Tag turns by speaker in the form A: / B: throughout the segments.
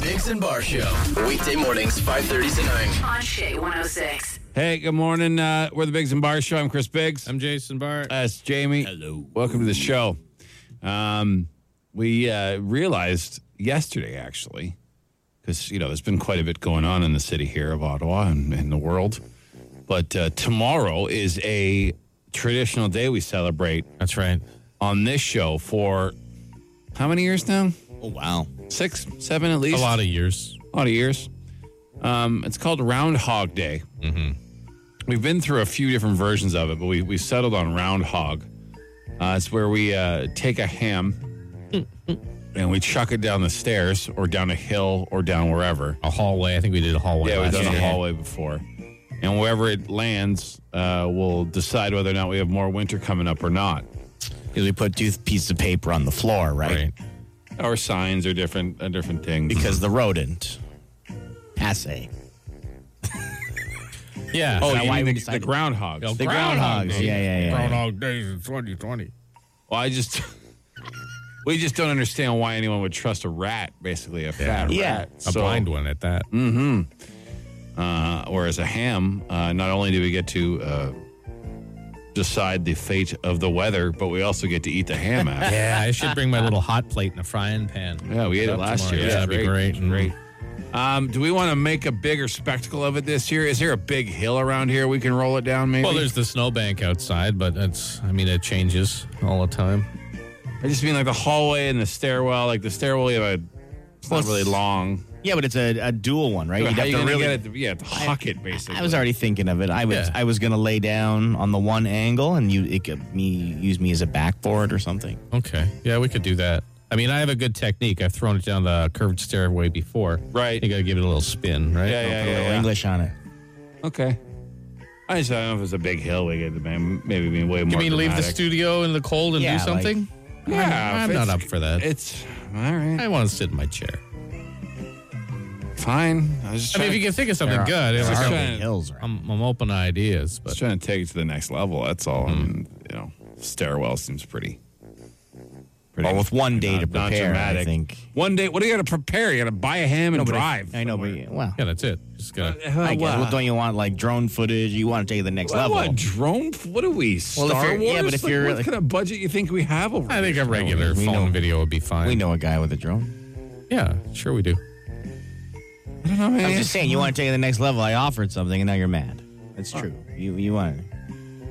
A: Riggs and Bar Show. Weekday mornings, 5.30 to 9.
B: On oh Shea 106.
C: Hey, good morning. Uh, we're the Biggs and Bar Show. I'm Chris Biggs.
D: I'm Jason Bart.
C: That's Jamie.
D: Hello.
C: Welcome to the show. Um, we uh, realized yesterday, actually, because, you know, there's been quite a bit going on in the city here of Ottawa and, and the world. But uh, tomorrow is a traditional day we celebrate
D: That's right.
C: on this show for how many years now?
D: Oh wow.
C: Six, seven at least?
D: A lot of years.
C: a lot of years. Um, it's called Roundhog Day. Mm-hmm. We've been through a few different versions of it, but we we settled on Roundhog. Uh, it's where we uh, take a ham and we chuck it down the stairs or down a hill or down wherever.
D: A hallway. I think we did a hallway.
C: Yeah, we've
D: last
C: done a
D: year.
C: hallway before. And wherever it lands, uh, we'll decide whether or not we have more winter coming up or not.
E: Because we put two pieces of paper on the floor, right?
D: Right.
C: Our signs are different, uh, different things.
E: Because the rodent. Passe.
D: Yeah.
C: oh,
E: that
C: you
E: why
C: mean
E: we
C: the, the
E: decided-
C: groundhogs?
E: The groundhogs.
D: Day.
E: Yeah, yeah, yeah.
D: Groundhog Days in 2020.
C: Well, I just we just don't understand why anyone would trust a rat, basically a fat
E: Yeah.
C: rat,
D: A blind one at that.
C: Mm. Uh, whereas a ham, uh, not only do we get to uh, decide the fate of the weather, but we also get to eat the ham after.
D: Yeah, I should bring my little hot plate and a frying pan.
C: Yeah, we ate it
D: Up
C: last
D: tomorrow.
C: year.
D: Yeah,
C: It was
D: that'd be great. Mm.
C: Great. Um, do we want to make a bigger spectacle of it this year? Is there a big hill around here we can roll it down? Maybe.
D: Well, there's the snowbank outside, but it's, I mean, it changes all the time.
C: I just mean like the hallway and the stairwell. Like the stairwell, you have a, it's not really long.
E: Yeah, but it's a, a dual one, right?
C: How
E: You'd
C: you
E: have to
C: gonna
E: really.
C: get it? To, yeah, to huck it basically.
E: I was already thinking of it. I was
D: Yeah.
E: I was gonna lay down on the one angle, and you it could me use me as a backboard or something.
D: Okay. Yeah, we could do that. I mean, I have a good technique. I've thrown it down the curved stairway before.
C: Right.
D: You got to give it a little spin, right?
C: Yeah, yeah,
E: Put a
C: yeah,
E: little
C: yeah.
E: English on it.
C: Okay. I just don't know if it's a big hill we get to man. Maybe be way more.
D: You mean leave the
C: dramatic.
D: studio in the cold and
E: Yeah,
D: do
E: like-
D: something?
C: Yeah, if
D: I'm, I'm not
C: it's-
D: up for that.
C: It's all right.
D: I want to sit in my chair.
C: Fine. I was just
D: I mean,
C: trying,
D: if you
C: to,
D: can think of something
E: There are-
D: good,
E: there
D: it's
E: are
D: like,
E: big
C: trying-
E: hills, right?
D: I'm, I'm open to ideas, but
C: just trying to take it to the next level. That's all. I mean, you know, stairwell seems pretty. pretty
E: Well, with one day
C: not-
E: to
C: not
E: prepare, I
C: dramatic.
E: think.
C: One day, what do you got to prepare? You got to buy a ham and
E: But I-
C: drive.
E: I, know, but yeah, well,
D: yeah, that's it. Just gotta.
E: I guess. Well, don't you want like drone footage? You want to take it to the next
C: Oh, Well,
E: level?
C: What drone? What are we? Star
E: Well, if you're-
C: Wars?
E: yeah, but if
C: Like,
E: you're-
C: what kind of budget you think we have? Over
D: I think
C: here?
D: a regular
E: we
D: phone
E: know.
D: video would be fine.
E: We know a guy with a drone.
D: Yeah, sure we do.
C: I don't know, man.
E: I'm just saying, you want to take it to the next level. I offered something, and now you're mad. That's true. You you want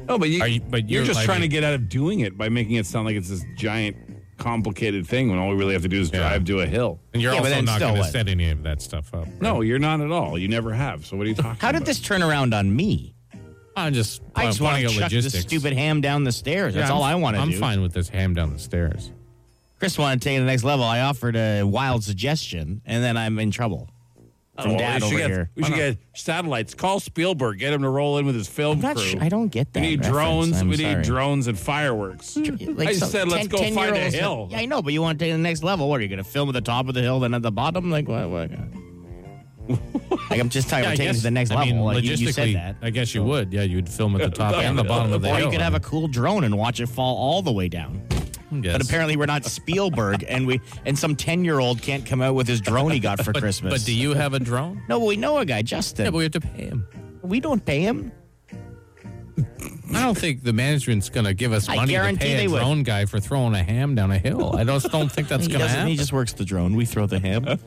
C: No, but, you,
D: Are you- but
C: you're,
D: you're
C: just
D: like-
C: trying to get out of doing it by making it sound like it's this giant, complicated thing when all we really have to do is drive to a hill.
D: And you're
E: Yeah, but
D: also
E: then
D: not
E: still
D: going to
E: what?
D: set any of that stuff up. right?
C: No, you're not at all. You never have. So what are you talking
E: How
C: about?
E: did this turn around on me?
D: I'm just.
E: I just want
D: planning
E: to
D: out
E: chuck
D: logistics.
E: this stupid ham down the stairs.
D: Yeah,
E: That's
D: I'm-
E: all I want to
D: I'm
E: do.
D: fine with this ham down the stairs.
E: Chris wanted to take it to the next level. I offered a wild suggestion, and then I'm in trouble. From
C: Oh, Well,
E: dad
C: we
E: over
C: should, get,
E: here.
C: we should get satellites. Call Spielberg. Get him to roll in with his film
E: I'm not
C: crew.
E: sure. I don't get that.
C: we need
E: reference.
C: drones.
E: I'm
C: we
E: sorry.
C: need drones and fireworks.
E: Like
C: I just
E: some
C: said, let's
E: 10
C: go
E: 10
C: find a
E: -year-olds
C: hill.
E: that- Yeah, I know, but you want to take it to the next level. What are you going to film at the top of the hill, then at the bottom? Like what? what? like I'm just talking
D: I
E: about taking it
D: guess-
E: to the next
D: I
E: level.
D: mean,
E: like, you, you
D: logistically,
E: said that.
D: I guess you would. Yeah, you'd film at the top and the bottom of the
E: or
D: hill.
E: you could have a cool drone and watch it fall all the way down.
D: Yes.
E: But apparently, we're not Spielberg, and we and some ten year old can't come out with his drone he got for Christmas.
D: But do you have a drone?
E: No, but we know a guy, Justin.
D: Yeah, but we have to pay him.
E: we don't pay him.
D: I don't think the management's going to give us
E: I
D: money to
E: guarantee
D: pay
E: they
D: a
E: would.
D: drone guy for throwing a ham down a hill. I just don't think that's
E: He
D: going to
E: doesn't.
D: happen.
E: He just works the drone. We throw the ham.
D: yeah,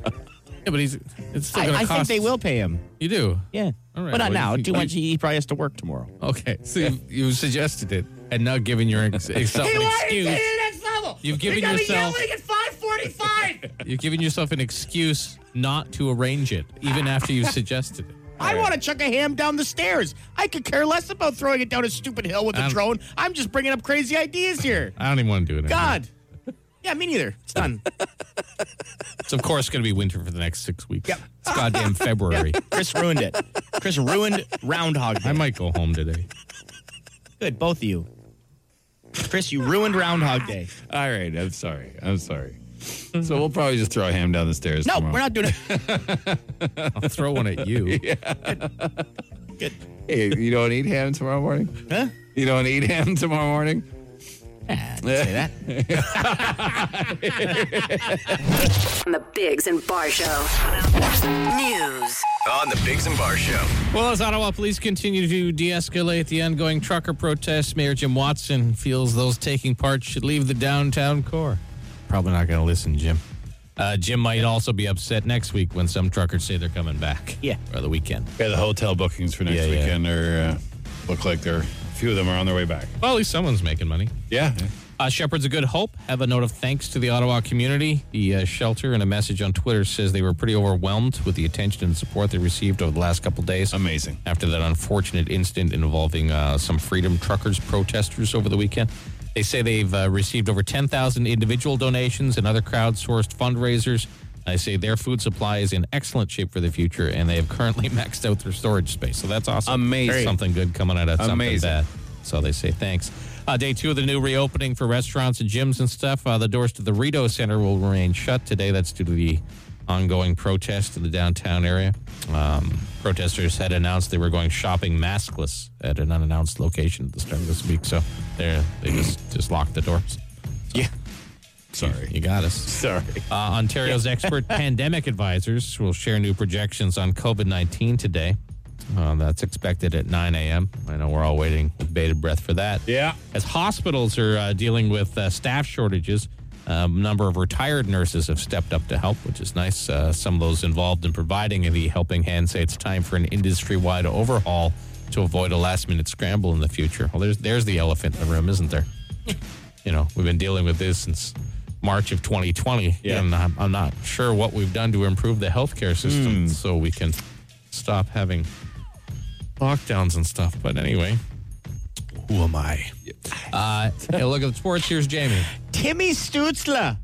D: but he's it's still
E: I,
D: going to
E: I
D: cost.
E: think they will pay him.
D: You do.
E: Yeah,
D: All right,
E: but
D: well,
E: not now.
D: you-
E: Too
D: you-
E: much. He probably has to work tomorrow.
D: Okay, so you, you suggested it, and now giving your ex- yourself an excuse,
E: next level.
D: You've given yourself-
E: at five forty-five.
D: you're giving yourself an excuse not to arrange it, even after you suggested it.
E: I want to chuck a ham down the stairs. I could care less about throwing it down a stupid hill with a
D: I'm-
E: drone. I'm just bringing up crazy ideas here.
D: I don't even want to do it. anymore.
E: God. Yeah, me neither. It's done.
D: it's of course going to be winter for the next six weeks. It's goddamn February.
E: Chris ruined it. Chris ruined Roundhog Day.
D: I might go home today.
E: Good, both of you. Chris, you ruined Roundhog Day.
C: All right. I'm sorry. I'm sorry. So we'll probably just throw a ham down the stairs.
E: No,
C: tomorrow.
E: we're not doing it.
D: I'll throw one at you.
E: Good.
C: Hey, you don't eat ham tomorrow morning?
E: Huh?
C: You don't eat ham tomorrow morning?
E: Yeah, I didn't say that.
B: on the Bigs and Bar Show. News.
A: On the Bigs and Bar Show.
D: Well, as Ottawa police continue to de escalate the ongoing trucker protests, Mayor Jim Watson feels those taking part should leave the downtown core. Probably not going to listen, Jim. Uh, Jim might also be upset next week when some truckers say they're coming back.
E: Yeah.
D: Or the weekend.
C: Yeah, the hotel bookings for next
D: Yeah, yeah.
C: weekend are uh, look like they're a few of them are on their way back.
D: Well, at least someone's making money.
C: Yeah.
D: Uh, Shepherd's a Good Hope have a note of thanks to the Ottawa community. The uh, shelter in a message on Twitter says they were pretty overwhelmed with the attention and support they received over the last couple days.
C: Amazing.
D: After that unfortunate incident involving uh, some Freedom Truckers protesters over the weekend, they say they've uh, received over 10,000 individual donations and other crowdsourced fundraisers. They say their food supply is in excellent shape for the future, and they have currently maxed out their storage space. So that's awesome.
C: Amazing.
D: Something good coming out of something
C: Amazing.
D: bad. So they say thanks. Uh, day two of the new reopening for restaurants and gyms and stuff. Uh, the doors to the Rito Center will remain shut today. That's due to the ongoing protest in the downtown area. Um, protesters had announced they were going shopping maskless at an unannounced location at the start of this week. So they they just just locked the doors.
C: Yeah. Sorry.
D: You got us.
C: Sorry.
D: Uh, Ontario's expert pandemic advisors will share new projections on COVID 19 today. Uh, that's expected at 9 a.m. I know we're all waiting with bated breath for that.
C: Yeah.
D: As hospitals are uh, dealing with uh, staff shortages, um, a number of retired nurses have stepped up to help, which is nice. Uh, some of those involved in providing the helping hand say it's time for an industry wide overhaul to avoid a last minute scramble in the future. Well, there's, there's the elephant in the room, isn't there? you know, we've been dealing with this since March of 2020.
C: Yeah.
D: And I'm, I'm not sure what we've done to improve the healthcare
C: Hmm.
D: system so we can stop having lockdowns and stuff. But anyway, who am I? Uh, hey, look at the sports. Here's Jamie.
E: Timmy Stutzla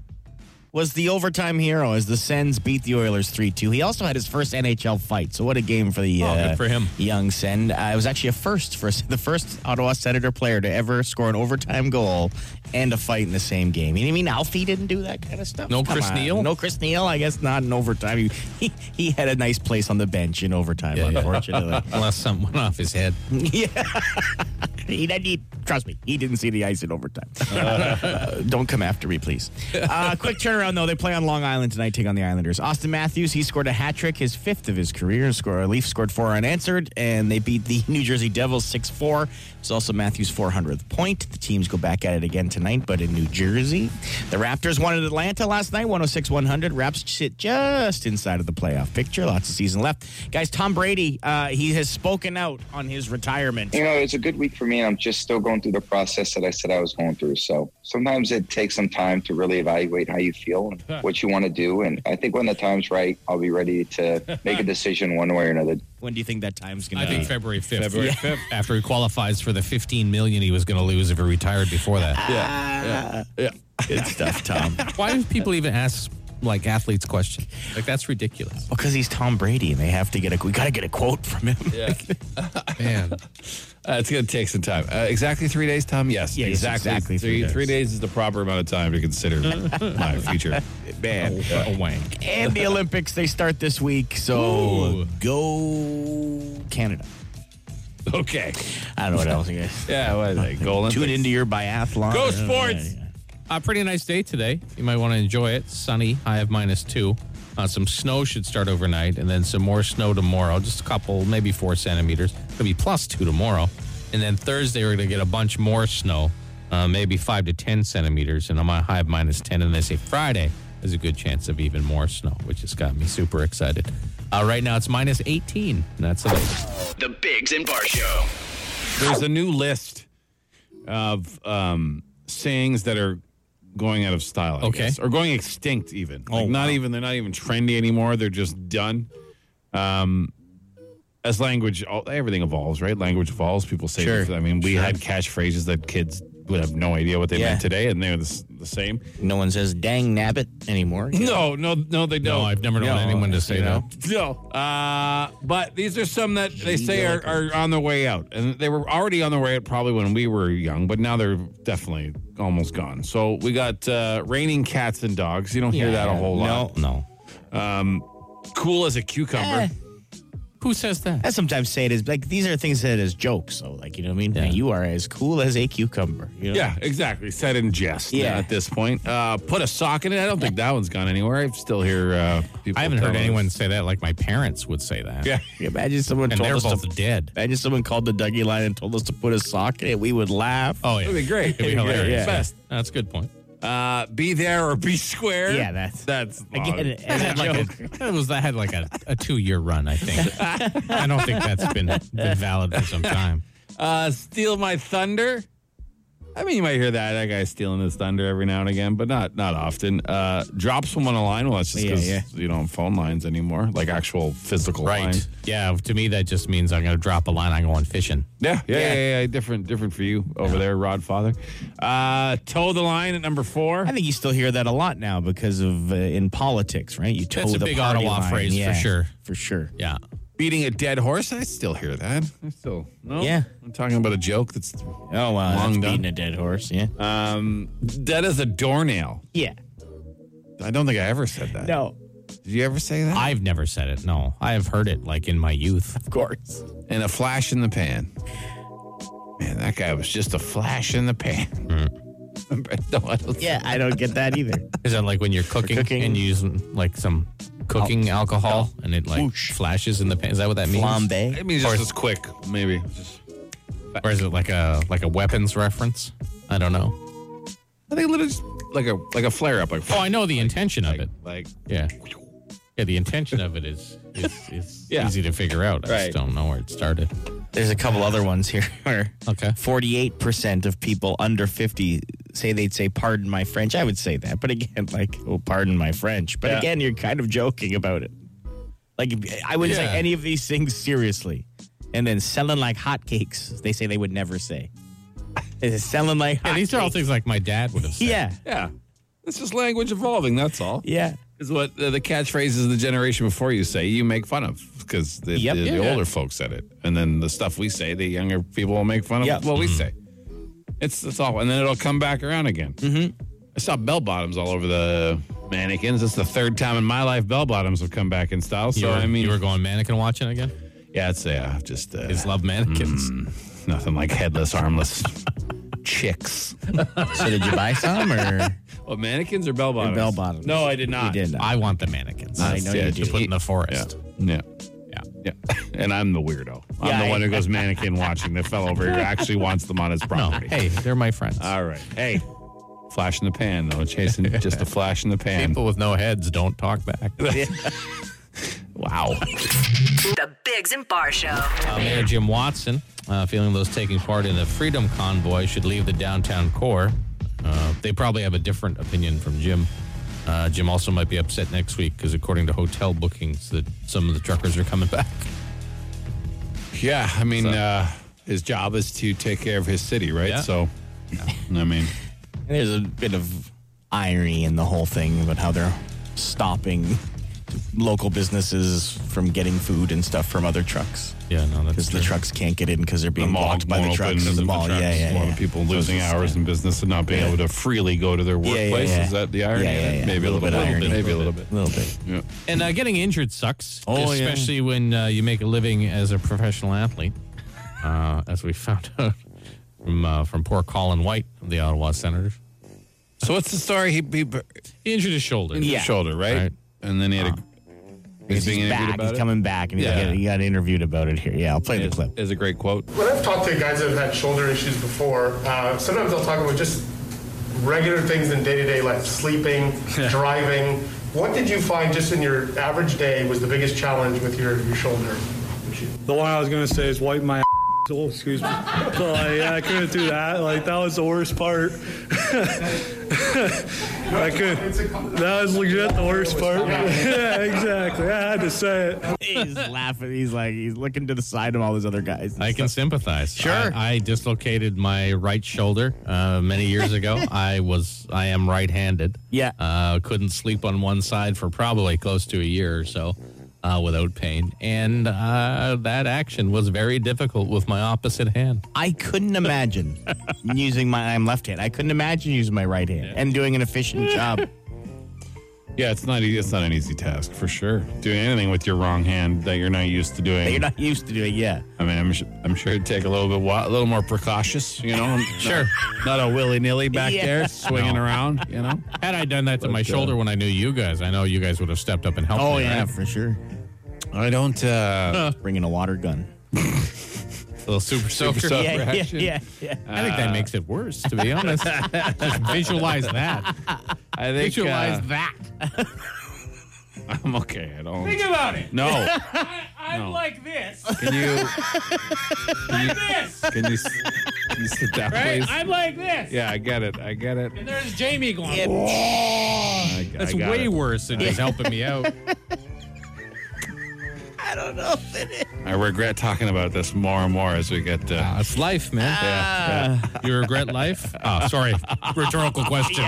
E: was the overtime hero as the Sens beat the Oilers 3 2. He also had his first NHL fight. So, what a game for the
D: Oh, good
E: uh,
D: for him.
E: young Sen. Uh, it was actually a first for the first Ottawa Senator player to ever score an overtime goal and a fight in the same game. You mean Alfie didn't do that kind of stuff?
D: No Chris Neal?
E: No Chris Neal, I guess not in overtime. He, he, he had a nice place on the bench in overtime,
D: Yeah, yeah.
E: unfortunately.
D: Unless something went off his head.
E: He, didn't- he, trust me, he didn't see the ice in overtime. Uh, don't come after me, please. Uh, quick turnaround, though. They play on Long Island tonight, take on the Islanders. Austin Matthews, he scored a hat trick, his fifth of his career. Score, Leaf scored four unanswered, and they beat the New Jersey Devils 6 4. It's also Matthews' 400th point. The teams go back at it again tonight, but in New Jersey. The Raptors won at Atlanta last night, 106 100. Raps sit just inside of the playoff picture. Lots of season left. Guys, Tom Brady, uh, he has spoken out on his retirement.
F: You know, it's a good week for me, and I'm just still going through the process that I said I was going through. So sometimes it takes some time to really evaluate how you feel and what you want to do. And I think when the time's right, I'll be ready to make a decision one way or another.
E: When do you think that time's going
D: I
E: to be?
D: think February 5th.
C: February
D: Yeah.
C: 5th.
D: After he qualifies for the 15 million he was going to lose if he retired before that.
C: Yeah. Yeah.
E: Good stuff, Tom.
D: Why do people even ask like athletes questions? Like that's ridiculous.
E: Because he's Tom Brady, and they have to get a. We got to get a quote from him.
C: Yeah.
D: Man.
C: Uh, it's going to take some time. Uh, exactly three days, Tom? Yes.
E: Yes, exactly
C: three,
E: three
C: three,
E: days.
C: days is the proper amount of time to consider my future.
E: Man.
D: A wank.
E: And the Olympics they start this week, so
D: Ooh.
E: go Canada.
C: Okay.
E: I don't know what else you guys.
C: Yeah. What is it? Go
E: Tune into your biathlon.
C: Go sports.
D: A pretty nice day today. You might want to enjoy it. Sunny, high of minus two. Uh, some snow should start overnight, and then some more snow tomorrow. Just a couple, maybe four centimeters. It'll be plus two tomorrow, and then Thursday we're going to get a bunch more snow, uh, maybe five to ten centimeters, and I'm on a high of minus ten. And they say Friday there's a good chance of even more snow, which has got me super excited. Uh, right now it's minus eighteen. And that's the latest.
A: The Bigs and Bar Show.
C: There's a new list of um, sayings that are going out of style, I
D: Okay.
C: guess, or going extinct. Even
E: Oh,
C: like not even they're not even trendy anymore. They're just done. Um, as language, all, everything evolves, right? Language evolves. People say,
E: Sure.
C: different- I mean, we had catchphrases that kids would have no idea what they
E: Yeah.
C: meant today, and they're the, s- the same.
E: No one says "dang nabbit" anymore.
C: No, no, no, they
D: No,
C: don't.
D: I've never known
E: No,
D: anyone to say
E: you know.
D: that.
C: No. Uh, but these are some that they say are, are on their way out. And they were already on their way out probably when we were young, but now they're definitely almost gone. So we got uh, raining cats and dogs. You don't hear that a whole lot.
E: No, no.
D: Eh.
C: Cool as a cucumber.
D: Who says that?
E: I sometimes say it as like these are things said as jokes. So like you know what I mean.
D: Yeah.
E: You are as cool as a cucumber. You know?
C: Yeah, exactly. Said in jest
E: Yeah.
C: at this point. Uh, put a sock in it. I don't think that one's gone anywhere. I still hear uh, people.
D: I haven't heard
C: tell us.
D: anyone say that like my parents would say that.
C: Yeah.
E: Imagine someone
D: And
E: told
D: they're
E: us
D: both
E: to.
D: dead.
E: Imagine someone called the Dougie line and told us to put a sock in it. We would laugh.
D: Oh, yeah.
C: That'd be great.
D: It'd be
C: It'd be great.
D: hilarious.
C: Yeah. Best.
D: That's a good point.
C: Uh, be there or be square.
E: Yeah, that's-
C: that's
E: Again,
C: long.
E: as a joke.
D: That was that had like a, a two year run, I think. I don't think that's been, been valid for some time.
C: Uh, steal my thunder. I mean, you might hear that that guy stealing his thunder every now and again, but not not often. Uh, drop someone a line. Well, that's just
E: Yeah,
C: because
E: yeah.
C: you don't have phone lines anymore, like actual physical lines.
D: Yeah. To me, that just means I'm going to drop a line. I'm going fishing.
C: Yeah, yeah, yeah, yeah, yeah. Different, different for you over there, Rod Father. Uh, toe the line at number four.
E: I think you still hear that a lot now because of uh, in politics, right? You toe
D: That's a
E: the
D: big
E: party
D: Ottawa
E: line.
D: phrase for
E: Yeah,
D: sure.
E: for sure.
D: Yeah.
C: Beating a dead horse. I still hear that. I still no.
E: Yeah.
C: I'm talking about a joke that's
E: Oh wow,
C: Long
E: that's
C: done.
E: beating a dead horse. Yeah,
C: um dead as a doornail.
E: yeah.
C: I don't think I ever said that.
E: No,
C: Did you ever say that?
D: I've never said it. No, I have heard it like in my youth.
E: of course.
C: and a flash in the pan. Man, that guy was just a flash in the pan. Remember, no one else-
E: Yeah, I don't get that either.
D: Is that like when you're cooking,
E: cooking. Oh.
D: and you use like some cooking alcohol and it like flashes in the pan? Is that what that means?
C: I
E: Flambe.
C: mean, just as quick, maybe. Just-
D: Or is it like a like a weapons reference? I don't know.
C: I think a little, just like a like a flare up, like
D: Oh, I know the intention of
C: like,
D: it.
C: like
D: Yeah. Yeah, the intention of it is is, is
C: Yeah.
D: easy to figure out. I
C: Right.
D: just don't know where it started.
E: There's a couple other ones here. Where
D: Okay.
E: Forty-eight percent of people under fifty say they'd say "Pardon my French." I would say that, but again, like, oh, pardon my French. But
C: Yeah.
E: again, you're kind of joking about it. Like, I wouldn't
D: Yeah.
E: say any of these things seriously. And then selling like hotcakes, they say they would never say. It's selling like hotcakes.
D: Yeah, these are all things like my dad would have said.
E: Yeah,
C: yeah. It's just language evolving. That's all.
E: yeah.
C: Is what the, the catchphrases of the generation before you say you make fun of because the,
E: Yep.
C: the, the
E: Yeah.
C: older folks said it, and then the stuff we say, the younger people will make fun of
E: Yep.
C: what we say. It's that's all, and then it'll come back around again. Mm-hmm. I saw bell bottoms all over the mannequins. It's the third time in my life bell bottoms have come back in style. So
D: You were,
C: I mean,
D: you were going mannequin watching again?
C: yeah, it's uh, just uh,
D: His love mannequins.
E: Mm.
C: nothing like headless, armless chicks.
E: So did you buy some or?
C: Oh, mannequins or bell bottoms?
E: bell bottoms.
C: No, I did not.
E: did not.
D: I want the mannequins.
E: I know
C: yeah,
E: you
D: To
E: do.
D: put in the
C: Yeah.
D: forest.
C: Yeah.
D: Yeah.
C: Yeah. And I'm the weirdo. I'm
E: Yeah,
C: the
E: I-
C: one who goes mannequin watching. The fellow over here actually wants them on his property.
D: Hey, they're my friends.
E: Uh,
C: All right. Hey. Flash in the pan, though. Chasing just a flash in the pan.
D: People with no heads don't talk back. Uh,
C: Wow.
B: The Bigs and Bar Show.
D: Uh, Mayor Jim Watson, uh, feeling those taking part in the Freedom Convoy should leave the downtown core. Uh, they probably have a different opinion from Jim. Uh, Jim also might be upset next week because, according to hotel bookings, that some of the truckers are coming back.
C: Yeah. I mean, uh, his job is to take care of his city, right?
D: Yeah.
C: So, I mean,
E: There's a bit of irony in the whole thing about how they're stopping local businesses from getting food and stuff from other trucks
D: Yeah, no, that's
E: because the trucks can't get in because they're being
C: mall
E: blocked by
C: won't
E: the
C: open
E: trucks.
C: and
E: The mall,
C: trucks,
E: yeah, yeah,
C: a lot
E: yeah.
C: of people losing hours in business and not being able to freely go to their
E: Yeah, yeah,
C: workplace.
E: yeah.
C: Is that the irony?
E: Yeah, yeah,
C: of it?
E: yeah.
C: Maybe a little, bit,
E: irony.
C: Maybe a little bit.
E: a little bit.
C: Yeah.
D: And uh, getting injured sucks,
E: Oh, yeah.
D: especially when uh, you make a living as a professional athlete, uh, as we found out from uh, from poor Colin White of the Ottawa Senators.
C: So what's the story? He, he
D: He injured his shoulder.
C: yeah. shoulder, right?
D: Right. Uh,
C: And then he had a.
E: He's,
C: being interviewed
E: back.
C: about
E: He's
C: it?
E: coming back, and he's
C: Yeah.
E: getting- he got interviewed about it here. Yeah, I'll play the
C: Is,
E: clip.
C: is a great quote.
G: When I've talked to guys that have had shoulder issues before, uh, sometimes I'll talk about just regular things in day to day life, sleeping, driving. What did you find just in your average day was the biggest challenge with your, your shoulder issue?
H: The one I was gonna say is wipe my asshole. Excuse me. So like, yeah, I couldn't do that. Like that was the worst part. I could. That was legit the worst part. yeah, exactly. I had to say it.
E: he's laughing. He's like, he's looking to the side of all these other guys.
D: I can sympathize.
E: Sure.
D: I, I dislocated my right shoulder uh, many years ago. I was I am right-handed.
E: Yeah.
D: Uh, couldn't sleep on one side for probably close to a year or so uh, without pain, and uh, that action was very difficult with my opposite hand.
E: I couldn't imagine using my I'm left hand. I couldn't imagine using my right hand and doing an efficient job.
C: Yeah, it's not e- it's not an easy task for sure. Doing anything with your wrong hand that you're not used to doing.
E: You're not used to doing, yeah.
C: I mean, I'm, su- I'm sure it'd take a little bit, wa- a little more precautious, you know. sure, not, a willy nilly back
E: Yeah.
C: there swinging around, you know.
D: Had I done that to my
C: uh,
D: shoulder when I knew you guys, I know you guys would have stepped up and helped.
E: Oh
D: me,
E: yeah,
D: right?
E: for sure.
C: I don't. Uh,
E: Bringing a water gun.
D: little super
C: Super
D: soaker.
C: soaker.
E: Yeah, yeah,
C: Reaction.
E: yeah, yeah.
D: I think that makes it worse, to be honest. Just visualize that.
C: I think
D: Visualize
C: uh,
D: that.
C: I'm okay. I don't.
D: about it.
C: no.
D: I'm
C: No.
D: like this.
C: Can you? Can you,
D: This.
C: can you, s- can you sit down, please?
D: like this.
C: yeah, I get it. I get it.
D: There's Jamie going.
C: I,
D: That's
C: I got
D: way
C: it.
D: worse than just helping me out.
E: I don't know if it is.
C: I regret talking about this more and more as we get. Uh,
D: That's Ah, life, man. Ah.
C: yeah, yeah.
D: You regret life? Oh, sorry. Rhetorical question.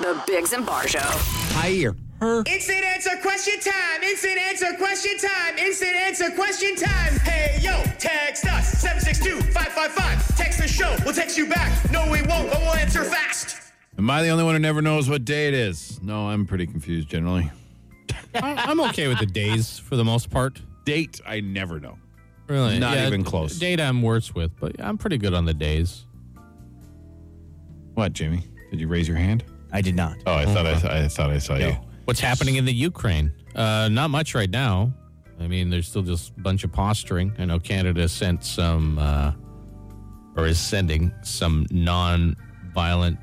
B: The Bigs and Bar Show.
C: Hire her.
I: Instant answer question time. Instant answer question time. Instant answer question time. Hey yo, text us 762-555. Text the show. We'll text you back. No, we won't, but we'll answer fast.
C: Am I the only one who never knows what day it is? No, I'm pretty confused generally.
D: I- I'm okay with the days for the most part.
C: Date, I never know.
D: Really?
C: Not even close.
D: Data I'm worse with, but I'm pretty good on the days.
C: What, Jimmy? Did you raise your hand?
E: I did not.
C: Oh, I thought I,
D: Uh-huh.
C: th- I thought I saw you.
D: What's happening in the Ukraine? Uh, not much right now. I mean, there's still just a bunch of posturing. I know Canada sent some, uh, or is sending some non-violent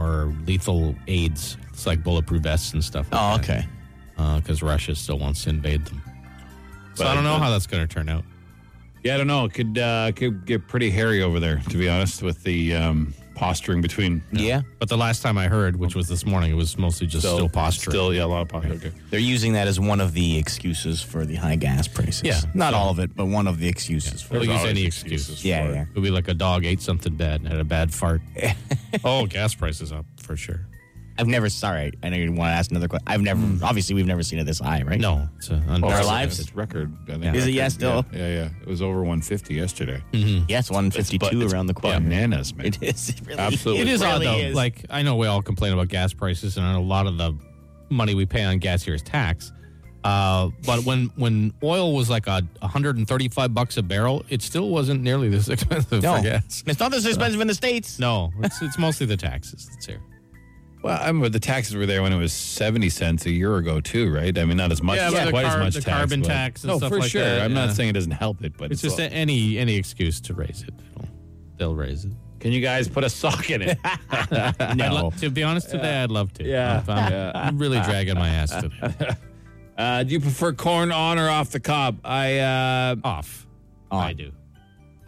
D: or lethal aids. It's like bulletproof vests and stuff. Like
E: Oh, okay.
D: Because Russia still wants to invade them. So I don't know how that's going to turn out.
C: Yeah, I don't know. It could uh, could get pretty hairy over there, to be honest, with the um, posturing between.
E: Yeah.
D: But the last time I heard, which was this morning, it was mostly just still, posturing.
C: Still, yeah, a lot of posturing. Okay.
E: They're using that as one of the excuses for the high gas prices.
D: Yeah.
E: Not all of it, but one of the excuses for
D: They'll
E: it.
D: use
C: always
D: any excuses.
E: Yeah,
D: for it.
E: yeah.
D: It would be like a dog ate something bad and had a bad fart. oh, gas prices up for sure.
E: I've never, sorry, I know you want to ask another question. I've never, obviously, we've never seen it this high, right?
D: No, it's a
E: Our
D: unprecedented-
E: lives?
C: It's record. I think
E: Hmm. Is it
C: record,
E: yeah, still?
C: Yeah, yeah, yeah. It was over 150 yesterday.
D: Mm.
E: Yes, 152 around the corner.
C: Bananas, man.
E: It is. It really
C: Absolutely.
D: It is odd
E: really
D: though.
E: is.
D: Like I know we all complain about gas prices, and a lot of the money we pay on gas here is tax. Uh, but when when oil was like a 135 bucks a barrel, it still wasn't nearly this expensive
E: no.
D: for gas.
E: It's not this expensive in the States.
D: No, it's, it's mostly the taxes that's here.
C: Well, I remember the taxes were there when it was 70 cents a year ago, too, right? I mean, not as much,
D: Yeah, but the
C: quite
D: car-
C: as much
D: the
C: tax,
D: carbon
C: but-
D: tax and
C: no,
D: stuff
C: for
D: like
C: sure.
D: that,
C: I'm
D: yeah.
C: not saying it doesn't help it, but
D: It's just
C: a-
D: any any excuse to raise it. They'll, they'll raise it.
C: can you guys put a sock in it?
D: I'd lo- to be honest today, I'd love to.
C: Yeah.
D: If I'm, I'm really dragging my ass today.
C: uh, do you prefer corn on or off the cob? I uh,
D: Off.
E: Oh,
D: I do.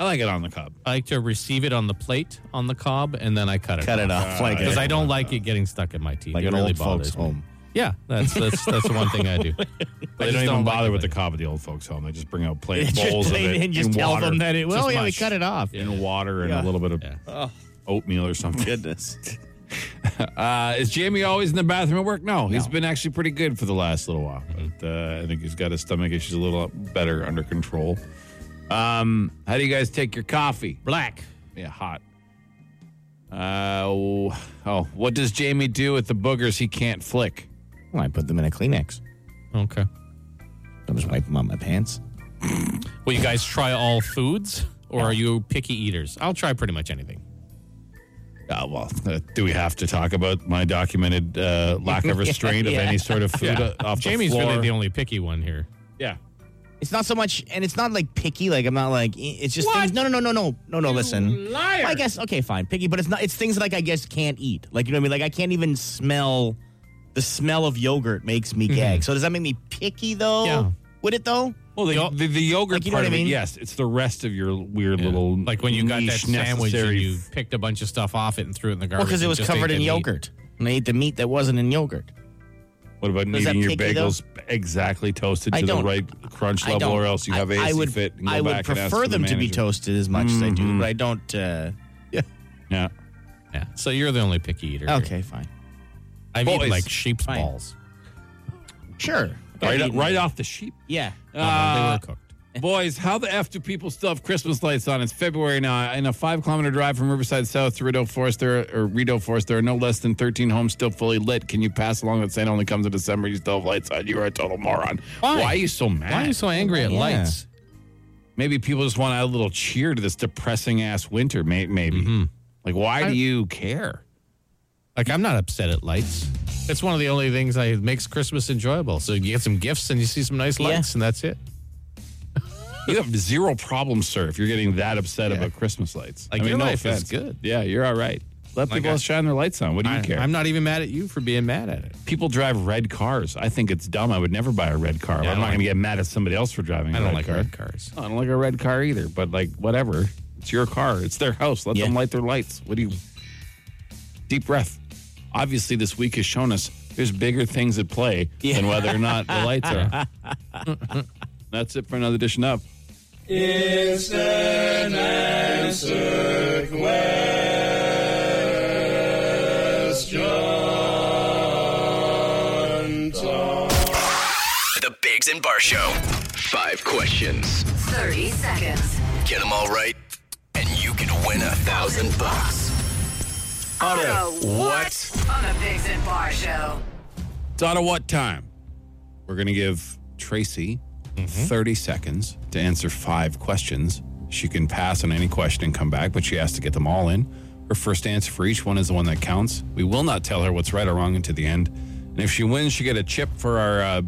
C: I like it on the cob.
D: I like to receive it on the plate on the cob, and then I cut it.
E: Cut it off. like
D: because
E: a-
D: I don't like it getting stuck in my teeth.
E: like
D: it
E: an
D: really
E: old folks
D: bothers me.
E: home.
D: Yeah, that's that's that's the one thing I do.
C: They
D: just
C: don't even
D: don't like
C: bother
D: it
C: with the
D: like
C: cob at the old folks' home. They just bring out plate
E: Just
C: bowls of
E: plain-
C: it
E: and just
C: in
E: tell
C: water,
E: them that it. Well,
D: Just
E: yeah, we
D: mush.
E: cut it off.
C: in water and
E: Yeah. Oh.
C: a little bit of
D: Yeah.
C: oatmeal or something.
E: Goodness.
C: Uh, is Jamie always in the bathroom at work? No, he's been actually pretty good for the last little while. But uh, I think he's got his stomach issues a little better under control. Um, how do you guys take your coffee?
D: Black.
C: Yeah, hot. Uh, oh, oh, what does Jamie do with the boogers he can't flick?
E: Well, I put them in a Kleenex.
D: Okay.
E: I'm just wiping on my pants.
D: Will you guys try all foods, or are you picky eaters? I'll try pretty much anything.
C: Uh, well, uh, do we have to talk about my documented uh, lack of restraint
E: Yeah.
C: of any sort of food uh, off
D: Jamie's
C: the floor?
D: really the only picky one here.
C: yeah.
E: It's not so much, and it's not like picky. Like I'm not like eh, it's just things. No, no, no, no, no, no, no. Listen, liar. I guess okay, fine, picky, but it's not. It's things that like I guess can't eat. Like you know what I mean? Like I can't even smell. The smell of yogurt makes
C: Mm-hmm.
E: me gag. So does that make me picky though?
D: Yeah.
E: Would it though?
C: Well, the, the, the yogurt
E: Like, you know
C: part
E: what
C: of
E: I
C: it,
E: mean?
C: yes. It's the rest of your weird little
D: Like when you got that
C: niche
D: sandwich and
C: necessary
D: you picked a bunch of stuff off it and threw it in the garbage.
E: Well, because it
D: and
E: was
D: just
E: covered
D: ate
E: in
D: the meat.
E: yogurt, and I ate the meat that wasn't in yogurt.
C: What about
E: Is that
C: needing your
E: picky, though?
C: bagels exactly toasted
E: I
C: to the
E: don't-
C: right crunch
E: I
C: level,
E: don't-
C: or else you have a
E: I, I would,
C: fit and go
E: I would
C: back and ask
E: prefer
C: for the
E: them to be
C: manager. Mm-hmm.
E: toasted as much as I do, but I don't. Uh,
C: Yeah.
D: Yeah. So you're the only picky eater. here.
E: okay, fine.
D: I've eaten
C: Boys.
D: like sheep's
E: Fine.
D: balls.
E: Sure.
C: Right,
E: I've
C: o-
E: eaten-
C: right off the sheep.
E: Yeah. Uh,
D: No, no, they were cooked.
C: Boys, how the F do people still have Christmas lights on? It's February now. In a five kilometer drive from Riverside South to Rideau Forest, there or Rideau Forest, there are no less than 13 homes still fully lit. Can you pass along that Santa only comes in December? You still have lights on. You are a total moron.
D: Why?
C: are you so mad?
D: Why are you so angry at
E: Yeah.
D: lights?
C: maybe people just want to add a little cheer to this depressing ass winter, may- maybe.
D: Mm-hmm.
C: Like, why do you care?
D: Like I'm not upset at lights. It's one of the only things that makes Christmas enjoyable. So you get some gifts and you see some nice
E: Yeah.
D: lights, and that's it.
C: You have zero problem, sir, if you're getting that upset about Christmas lights.
D: Like, your life is good.
C: Yeah, you're all right. Let
D: Like
C: people
D: I-
C: shine their lights on. What do you
D: I,
C: care?
D: am not even mad at you for being mad at it.
C: people drive red cars. I think it's dumb. I would never buy a red car.
D: Yeah, I
C: I'm
D: don't
C: not going
D: like-
C: to get mad at somebody else for driving. I
D: I don't like red cars.
C: I don't like a red car either. But like, whatever. It's your car. It's their house. Let
E: Yeah.
C: them light their lights. What do you? Deep breath. Obviously, this week has shown us there's bigger things at play than whether or not the lights are. on. That's it for another edition up.
A: The Biggs and Bar Show. Five questions.
B: 30 seconds.
A: Get them all right, and you can win a thousand bucks.
B: Auto what? On the Bigs and Bar Show.
C: It's out of what time? We're going to give Tracy 30 seconds to answer five questions. She can pass on any question and come back, but she has to get them all in. Her first answer for each one is the one that counts. We will not tell her what's right or wrong until the end. And if she wins, she get a chip for our uh,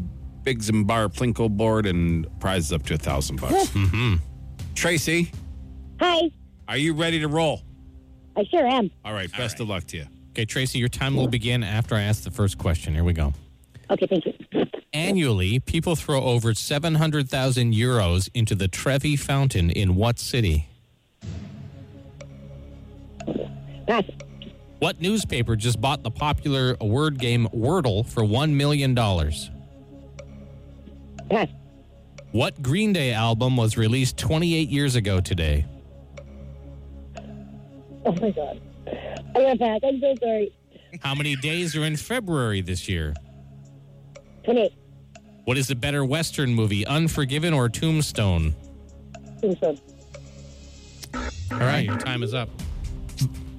C: Big Zimbar Plinko board and prizes up to a thousand bucks. Mm-hmm. Tracy,
J: Hi,
C: are you ready to roll?
J: I sure am.
C: All right, best of luck to you.
D: Okay, Tracy, your time will begin after I ask the first question. Here we go.
J: Okay, thank you.
D: Annually, people throw over 700,000 euros into the Trevi Fountain in what city?
J: Pass.
D: What newspaper just bought the popular word game Wordle for $1 million?
J: Pass.
D: What Green Day album was released 28 years ago today?
J: Oh my god. I gotta pass. I'm so sorry.
D: How many days are in February this year?
J: 28.
D: What is the better Western movie, Unforgiven or Tombstone?
J: Tombstone.
D: All right, your time is up.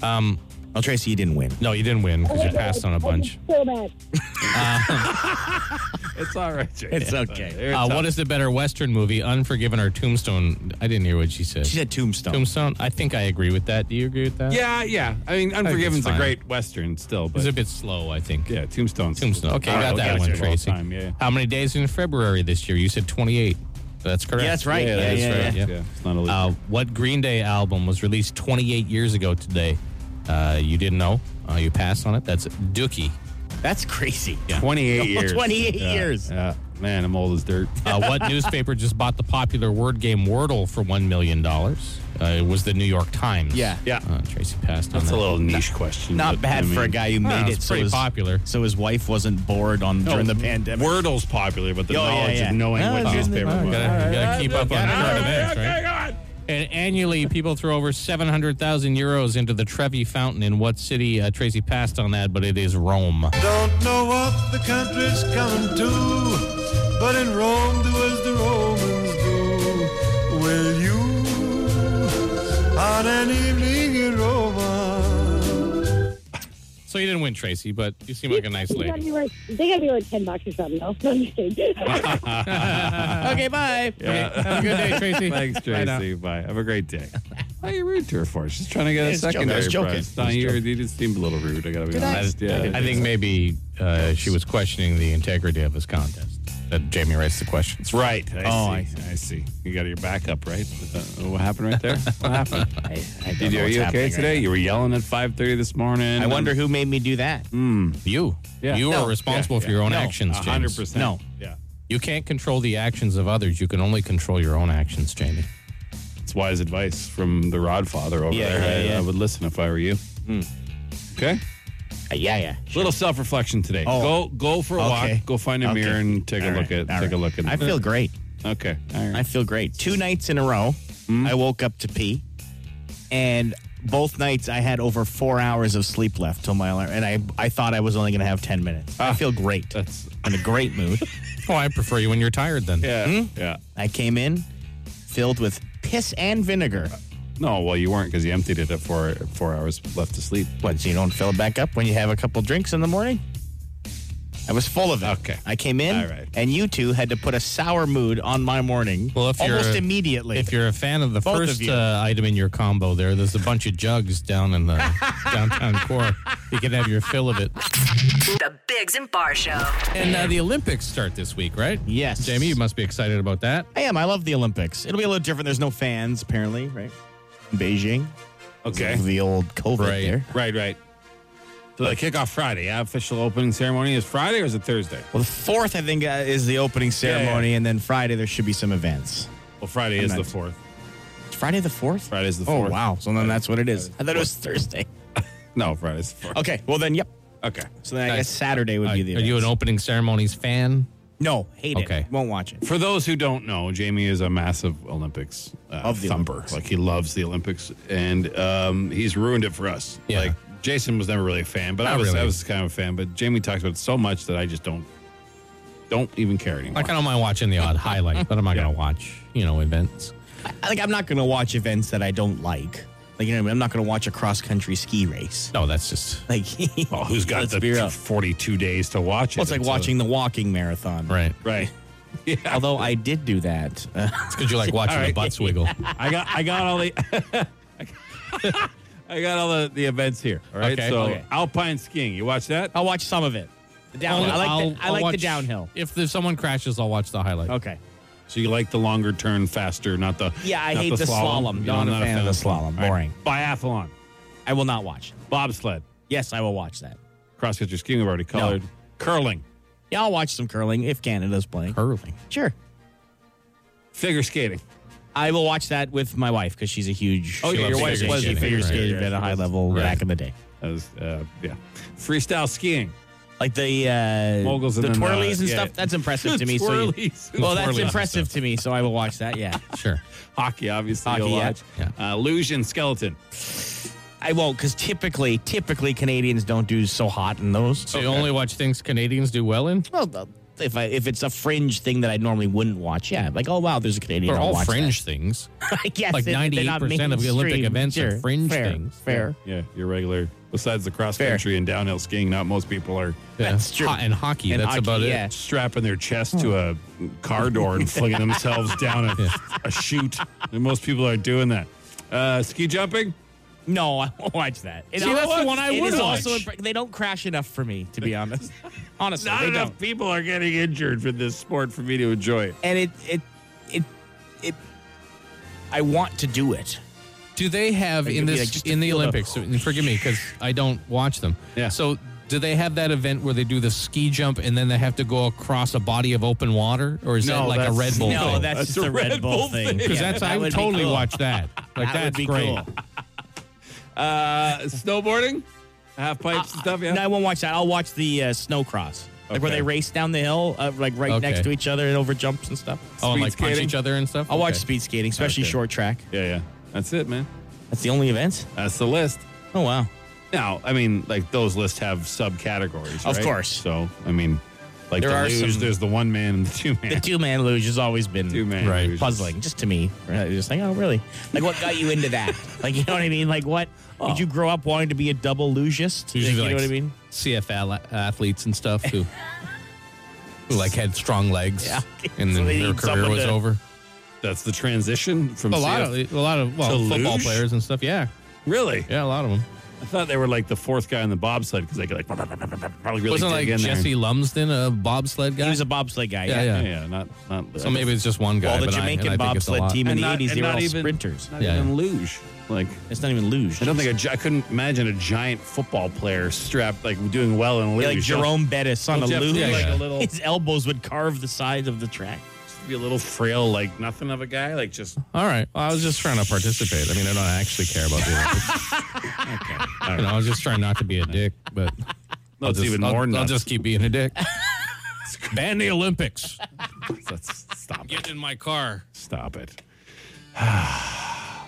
E: Well, oh, Tracy, you didn't win.
D: No, you didn't win because you passed on a bunch.
J: I'm so bad.
C: It's all right, Tracy.
E: It's okay.
D: Uh, what is the better Western movie, Unforgiven or Tombstone? I didn't hear what she said.
E: She said tombstone.
D: Tombstone? I think I agree with that. Do you agree with that?
C: Yeah, yeah. I mean, Unforgiven's a
D: fine.
C: great Western still,
D: It was
C: but
D: a bit slow, I think.
C: yeah, Tombstone's
D: Tombstone. Okay,
C: All
D: got
C: right,
D: that
C: we
D: one,
C: it all
D: Tracy.
C: time, yeah.
D: How many days in February this year? You said 28. That's correct.
E: Yeah, that's right. Yeah, yeah,
C: that's
E: yeah,
C: right.
D: yeah.
C: It's not illegal.
D: Uh, what Green Day album was released 28 years ago today? Uh, you didn't know. Uh, you passed on it. That's Dookie.
E: That's crazy.
C: 28 years.
E: 28 years.
C: Yeah. Man, I'm old as dirt.
D: Uh, what newspaper just bought the popular word game Wordle for $1 million? Uh, it was the New York Times.
E: Yeah.
C: Yeah.
D: Uh, Tracy passed on
C: That's
D: that.
C: a little niche question.
E: Not
C: but,
E: bad
C: I
E: for a
C: mean-
E: guy who
D: Well,
E: made
D: it's
E: it so
D: pretty
E: his,
D: popular.
E: so his wife wasn't bored on during the pandemic.
C: Wordle's popular, but the
E: Oh, yeah,
C: knowledge
E: yeah.
C: of knowing
E: Oh,
C: what
E: yeah.
C: newspaper
E: Oh,
C: was.
D: gotta, you gotta keep up on current events, right?
C: right?
D: And annually, people throw over 700,000 euros into the Trevi Fountain in what city? Uh, Tracy passed on that, but it is Rome.
K: Don't know what the country's coming to, but in Rome do as the Romans do. Will you, on an evening in Roma?
D: So you didn't win, Tracy, but you seem like a nice
J: They gotta
D: lady.
J: be worth, they gotta be worth 10 bucks or something, though. No, I'm just kidding.
E: Okay, bye.
D: Okay, have a good day, Tracy.
C: Thanks,
D: Bye now.
C: Tracy. Bye. Have a great day. Why are you rude to her for? She's trying to get a
E: It's joking. I
C: secondary
E: was joking.
C: prize.
E: I
C: Nah,
E: was
C: you you just seemed a little rude. I gotta be honest. Yeah.
D: I think maybe uh, she was questioning the integrity of this contest. That Jamie writes the questions.
C: Right. I
E: Oh,
C: see. I, see. You got your back up, right? Is that- what happened right there? What happened?
E: I, I don't
C: Did you,
E: know
C: are
E: what's
C: you
E: happening
C: okay
E: right
C: today?
E: now.
C: you were yelling at 5:30 this morning.
E: I wonder who made me do that.
D: Mm. You,
C: Yeah.
D: you
C: No.
D: are responsible for your own actions, James.
C: Hundred percent.
E: No.
C: Yeah.
D: You can't control the actions of others. You can only control your own actions, Jamie.
C: It's wise advice from the Rodfather over
E: Yeah,
C: there.
E: yeah, Hmm.
C: I,
E: yeah.
C: I would listen if I were you. Okay.
E: Uh, yeah, yeah.
C: A little self-reflection today.
E: Oh.
C: Go go for a
E: Okay.
C: walk. Go find a
E: Okay.
C: mirror and take
E: All
C: a look
E: right,
C: at
E: all
C: take a
E: right.
C: look at.
E: I feel great.
C: okay. Mm-hmm. All right. Mm-hmm.
E: I feel great. Two nights in a row, I woke up to pee, and both nights I had over four hours of sleep left till my alarm, and I I thought I was only going to have ten minutes. I feel great.
C: That's
E: in a great mood. Hmm?
C: Hmm?
D: Oh, I prefer you when you're tired then.
C: yeah yeah.
E: I came in, filled with piss and vinegar.
C: No, well, you weren't because you emptied it at four four hours left to sleep.
E: What? So you don't fill it back up when you have a couple drinks in the morning? I was full of it.
C: Okay.
E: I came in,
C: All right.
E: and you two had to put a sour mood on my morning
D: Well, if you're
E: almost
D: a-
E: immediately.
D: If you're a fan of the
E: Both of
D: first
E: you.
D: uh, item in your combo there, there's a bunch of jugs down in the downtown core. You can have your fill of it.
B: The Biggs and Bar Show.
D: And uh, the Olympics start this week, right?
E: Yes.
D: Jamie, you must be excited about that.
E: I am. I love the Olympics. It'll be a little different. There's no fans, apparently, right? In Beijing.
C: Okay.
E: The old COVID
D: Right.
E: there.
C: Right, right. So the kickoff Friday. Yeah, official opening ceremony is Friday or is it Thursday?
E: Well, the fourth, I think, uh, is the opening ceremony, and then Friday there should be some events.
C: Well, Friday
E: I'm
C: is
E: not-
C: the fourth.
E: It's Friday the fourth.
C: Friday's the
E: Oh
C: fourth.
E: wow! So then that's what it is. I thought it was Thursday.
C: No, Friday's the fourth.
E: Okay. Well then, yep.
C: Okay.
E: So then I
D: Nice.
E: guess Saturday would
D: Uh,
E: be the.
D: are you an
E: events.
D: opening ceremonies fan?
E: No, hate it.
D: Okay.
E: Won't watch it.
C: For those who don't know, Jamie is a massive Olympics uh,
E: Of the
C: thumper.
E: Olympics.
C: Like he loves the Olympics, and um, he's ruined it for us.
D: Yeah.
C: Like Jason was never really a fan, but I
D: Not
C: was, I
D: really.
C: was kind of a fan. But Jamie talks about it so much that I just don't don't even care anymore.
D: Like, I don't mind watching the odd highlight, but I'm not going to watch, you know, events.
E: I, like I'm not gonna watch events that I don't like. Like you know, what I mean? I'm not gonna watch a cross country ski race.
D: No, that's just
E: Like,
D: Oh,
C: well, Oh, who's got
E: Let's
C: the
E: be real.
C: 42 days to watch it?
E: Well, it's like
C: And so-
E: watching the walking marathon.
D: right.
C: Right.
E: Although I did do that. Uh,
D: It's because you like watching the
C: right.
D: butts wiggle.
C: I got I got all the I got all the, the events here. All right.
D: Okay.
C: so
D: Okay.
C: alpine skiing. You watch that?
E: I'll watch some of it. The downhill.
D: I'll-
E: I like.
D: I'll-
E: the, I
D: I'll
E: like the
D: watch-
E: downhill. Oh,
D: If there's someone crashes, I'll watch the highlight.
E: Okay.
C: So you like the longer turn, faster, not the
E: Yeah, I
C: not
E: hate the slalom.
C: You know,
E: Not
C: I'm
E: a fan of the slalom.
C: All
E: Boring.
C: Biathlon,
E: I will not watch.
C: bobsled,
E: Yes, I will watch that.
C: cross country skiing. We've already colored curling,
E: Yeah, I'll watch some curling if Canada's playing.
D: Curling.
E: Sure.
C: figure skating.
E: I will watch that with my wife because she's a huge.
C: Oh,
E: she
C: yeah,
E: loves
C: your wife
E: figure
C: was a
E: skating.
C: figure
E: She
C: skater.
E: skated at a high level
D: Right.
E: back in the day.
C: That was, uh, yeah, freestyle skiing.
E: Like the uh,
C: Moguls and
E: the
C: then, uh,
E: twirlies and
C: yeah.
E: stuff. That's impressive to me. So you-
C: Twirlies.
E: well,
D: Twirlies
E: that's
D: and
E: impressive to me. So I will watch that. Yeah,
D: Sure.
C: Hockey, obviously,
E: Hockey,
C: you'll
E: yeah.
C: watch. Uh, luge and skeleton.
E: I won't because typically, typically Canadians don't do so hot in those.
D: So you only watch things Canadians do well in?
E: Well, the- if I if it's a fringe thing that I normally wouldn't watch, yeah, like oh wow, there's a Canadian.
D: They're
E: I'll
D: all
E: watch
D: fringe things.
E: That. I guess
D: Like
E: it- they're not
D: 98% of the Olympic
E: mainstream.
D: events are
E: Sure.
D: fringe
E: fair,
D: things.
E: Fair.
C: Yeah, your regular. Besides the cross
E: Fair.
C: country and downhill skiing, not most people are
E: That's true.
D: Ho- and hockey.
E: And
D: that's
E: hockey,
D: about
E: yeah.
D: it.
C: strapping their chest to a car door and flinging themselves down a, a chute. And most people are doing that. Uh, ski jumping?
E: No, I won't watch that. It
C: See, that's the one I
E: it
C: would
E: is
C: watch.
E: also impre- they don't crash enough for me, to be honest. Honestly,
C: Not
E: they
C: enough
E: don't.
C: people are getting injured for this sport for me to enjoy it.
E: And it, it, it, it. I want to do it.
D: Do they have
E: Like,
D: in
E: it'd be
D: this
E: like just to
D: in the
E: feel the-
D: Olympics? and forgive me because I don't watch them.
C: Yeah.
D: So do they have that event where they do the ski jump and then they have to go across a body of open water, or is
C: No,
D: that like a
C: that's-
D: Red Bull?
E: no, that's, just a Red, Bull, thing.
D: because
E: Yeah,
D: that's
E: that
D: I would
E: be
D: totally
E: cool.
D: watch that. Like
E: That would
D: that's
E: be
D: great.
E: cool.
C: Uh, snowboarding? Half pipes and stuff, yeah?
E: No, I won't watch that. I'll watch the uh, snow cross, like where
C: Okay.
E: they race down the hill, uh, like right
D: Okay.
E: next to each other and over jumps and stuff.
D: Oh, and
C: Speed
D: like punch
C: skating?
D: each other and stuff.
E: I'll watch
D: Okay.
E: speed skating, especially
C: Okay.
E: short track.
C: Yeah, yeah. That's it, man.
E: That's the only events.
C: That's the list.
E: Oh wow.
C: Now, I mean, like those lists have subcategories.
E: Of
C: right?
E: course.
C: So, I mean, like
E: There
C: the
E: are
C: luge,
E: some-
C: there's the one man and the two man.
E: The two man luge has always been
C: Two man
D: Right.
C: luge.
E: puzzling, just to me. Right? Just like, oh, really? Like, what got you into that? like, you know what I mean? Like, what? Did you grow up wanting to be a double lugeist?
D: Oh. Usually,
E: you
D: like,
E: know what I mean?
D: CFL a- athletes and stuff who who like had strong legs,
E: Yeah.
D: and
E: So
D: then
E: they
D: their
E: need
D: career
E: someone
D: was
E: to-
D: over.
C: That's the transition from
D: A lot
C: CF
D: of a lot of well
C: To
D: football
C: luge?
D: players and stuff. Yeah,
C: Really?
D: yeah, a lot of them.
C: I thought they were like the fourth guy on the bobsled because they could like probably really
D: Wasn't
C: dig
D: like
C: in there.
D: Jesse Lumsden a bobsled guy?
E: He was a bobsled guy.
D: Yeah, yeah.
C: Yeah, yeah, not not.
D: So maybe it's just one guy.
E: All the
D: but I- and I
E: Jamaican
D: think it's a
E: bobsled
D: lot.
E: team in
C: And
E: the
C: not-
E: 80s,
C: and
E: they were
C: not
E: all
C: even-
E: sprinters.
C: not
D: Yeah.
C: even luge. Like
E: It's not even luge.
C: I don't think I, I couldn't imagine a giant football player strapped like doing well in
E: Yeah,
C: luge.
E: like Jerome Bettis on a
C: Don't you have to
E: luge.
C: do,
D: like, a
C: little-
E: His elbows would carve the sides of the track.
C: Just be a little frail, like nothing of a guy. Like just
D: All right. Well, I was just trying to participate. I mean, I don't actually care about the Olympics. You know, I was just trying not to be a dick, but
C: no,
D: I'll
C: it's
D: just,
C: even
D: I'll,
C: more.
D: I'll
C: nuts.
D: just keep being a dick. Ban the Olympics.
C: Let's- stop it.
D: Get in my car.
C: Stop it.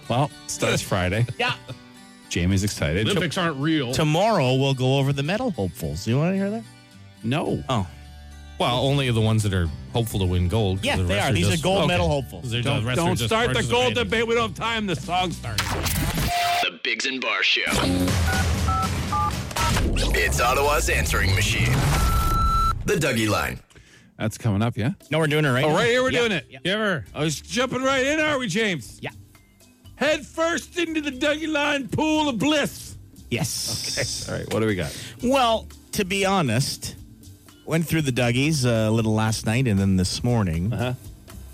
C: well, starts Friday.
E: Yeah.
C: Jamie's excited.
D: Olympics aren't real. Uh,
E: Tomorrow we'll go over the medal hopefuls. You want to hear that?
C: No,
E: Oh,
D: Well, only the ones that are hopeful to win gold.
E: Yeah,
D: The
E: they
D: rest
E: are. These are
D: just-
E: gold medal hopefuls.
D: They're- the
C: Don't,
D: rest are
C: don't
D: just
C: start the gold
D: participating.
C: debate. We don't have time. The song started.
A: The Biggs and Bar Show. It's Ottawa's answering machine. The Dougie Line.
C: That's coming up, yeah?
E: No, we're doing it right.
C: Oh,
E: now.
C: right here we're
E: Yeah.
C: doing it.
D: You ever?
C: I was jumping right in, are we, James?
E: Yeah.
C: Head first into the Dougie Line pool of bliss.
E: Yes.
C: All right, what do we got?
E: Well, to be honest, went through the Dougies uh, a little last night and then this morning. Uh-huh.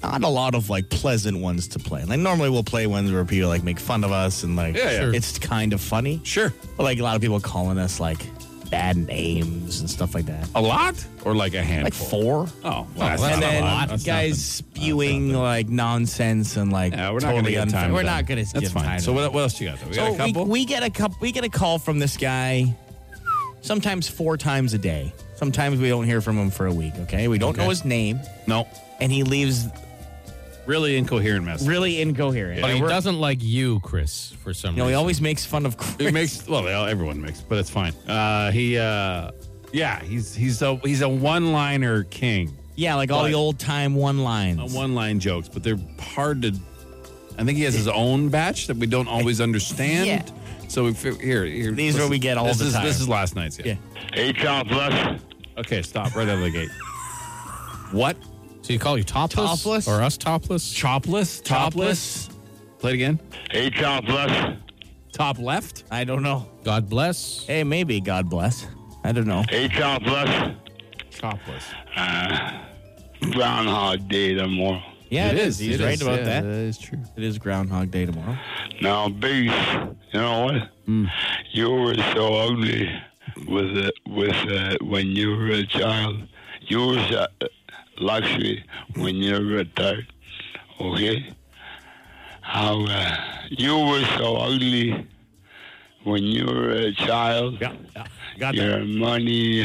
E: Not a lot of like pleasant ones to play. Like normally we'll play ones where people like make fun of us and like
C: Yeah, yeah. Sure.
E: it's kind of funny.
C: Sure.
E: But, like a lot of people calling us like bad names and stuff like that.
C: A lot or like a handful?
E: Like four.
C: Oh, well,
E: and
C: that's not
E: then
C: a lot. That's
E: guys
C: nothing.
E: spewing like nonsense and like
C: Yeah, we're not
E: totally
C: going to
E: unfair.
C: time. to
E: We're
C: that.
E: not going to.
C: That's fine. so what, what else you got? Though? We
E: So
C: got a couple.
E: Oh, We, we get a couple. We get a call from this guy. Sometimes four times a day. Sometimes we don't hear from him for a week. Okay, we don't
C: Okay.
E: know his name,
C: no,
E: and he leaves
C: really incoherent mess.
E: really incoherent.
D: But
E: And
D: he
E: we're-
D: doesn't like you, Chris, for some
E: You know,
D: reason.
E: he always makes fun of Chris.
C: It makes well, they all- everyone makes, but it's fine. Uh, he, uh, yeah, he's he's a he's a one liner king.
E: yeah, like all
C: But-
E: the old time one lines.
C: One line jokes, but they're hard to. I think he has his own batch that we don't always understand.
E: Yeah.
C: So we fi- here here
E: These are what we get all
C: this
E: the
C: is,
E: time.
C: This is last night's. Yeah.
E: Yeah.
L: Hey, topless.
C: Okay, stop right out of the gate. What?
D: So you call you topless?
E: Topless?
D: Or us topless?
C: Chopless? Topless? Play it again.
L: Hey, topless.
C: Top left.
E: I don't know.
D: God bless.
E: Hey, maybe God bless. I don't know.
L: Hey, topless.
C: Chopless.
L: Groundhog Day tomorrow.
E: Yeah, it is. He's
C: It
E: right
C: is.
E: about
C: Yeah,
E: that.
C: That is true.
E: It is Groundhog Day tomorrow.
L: Now, Beast, you know what?
C: Mm.
L: You were so ugly with it, with uh, when you were a child. You were so- luxury when you were retired. Okay? How uh, you were so ugly when you were a child.
C: Yeah. yeah. Got that.
L: Your money,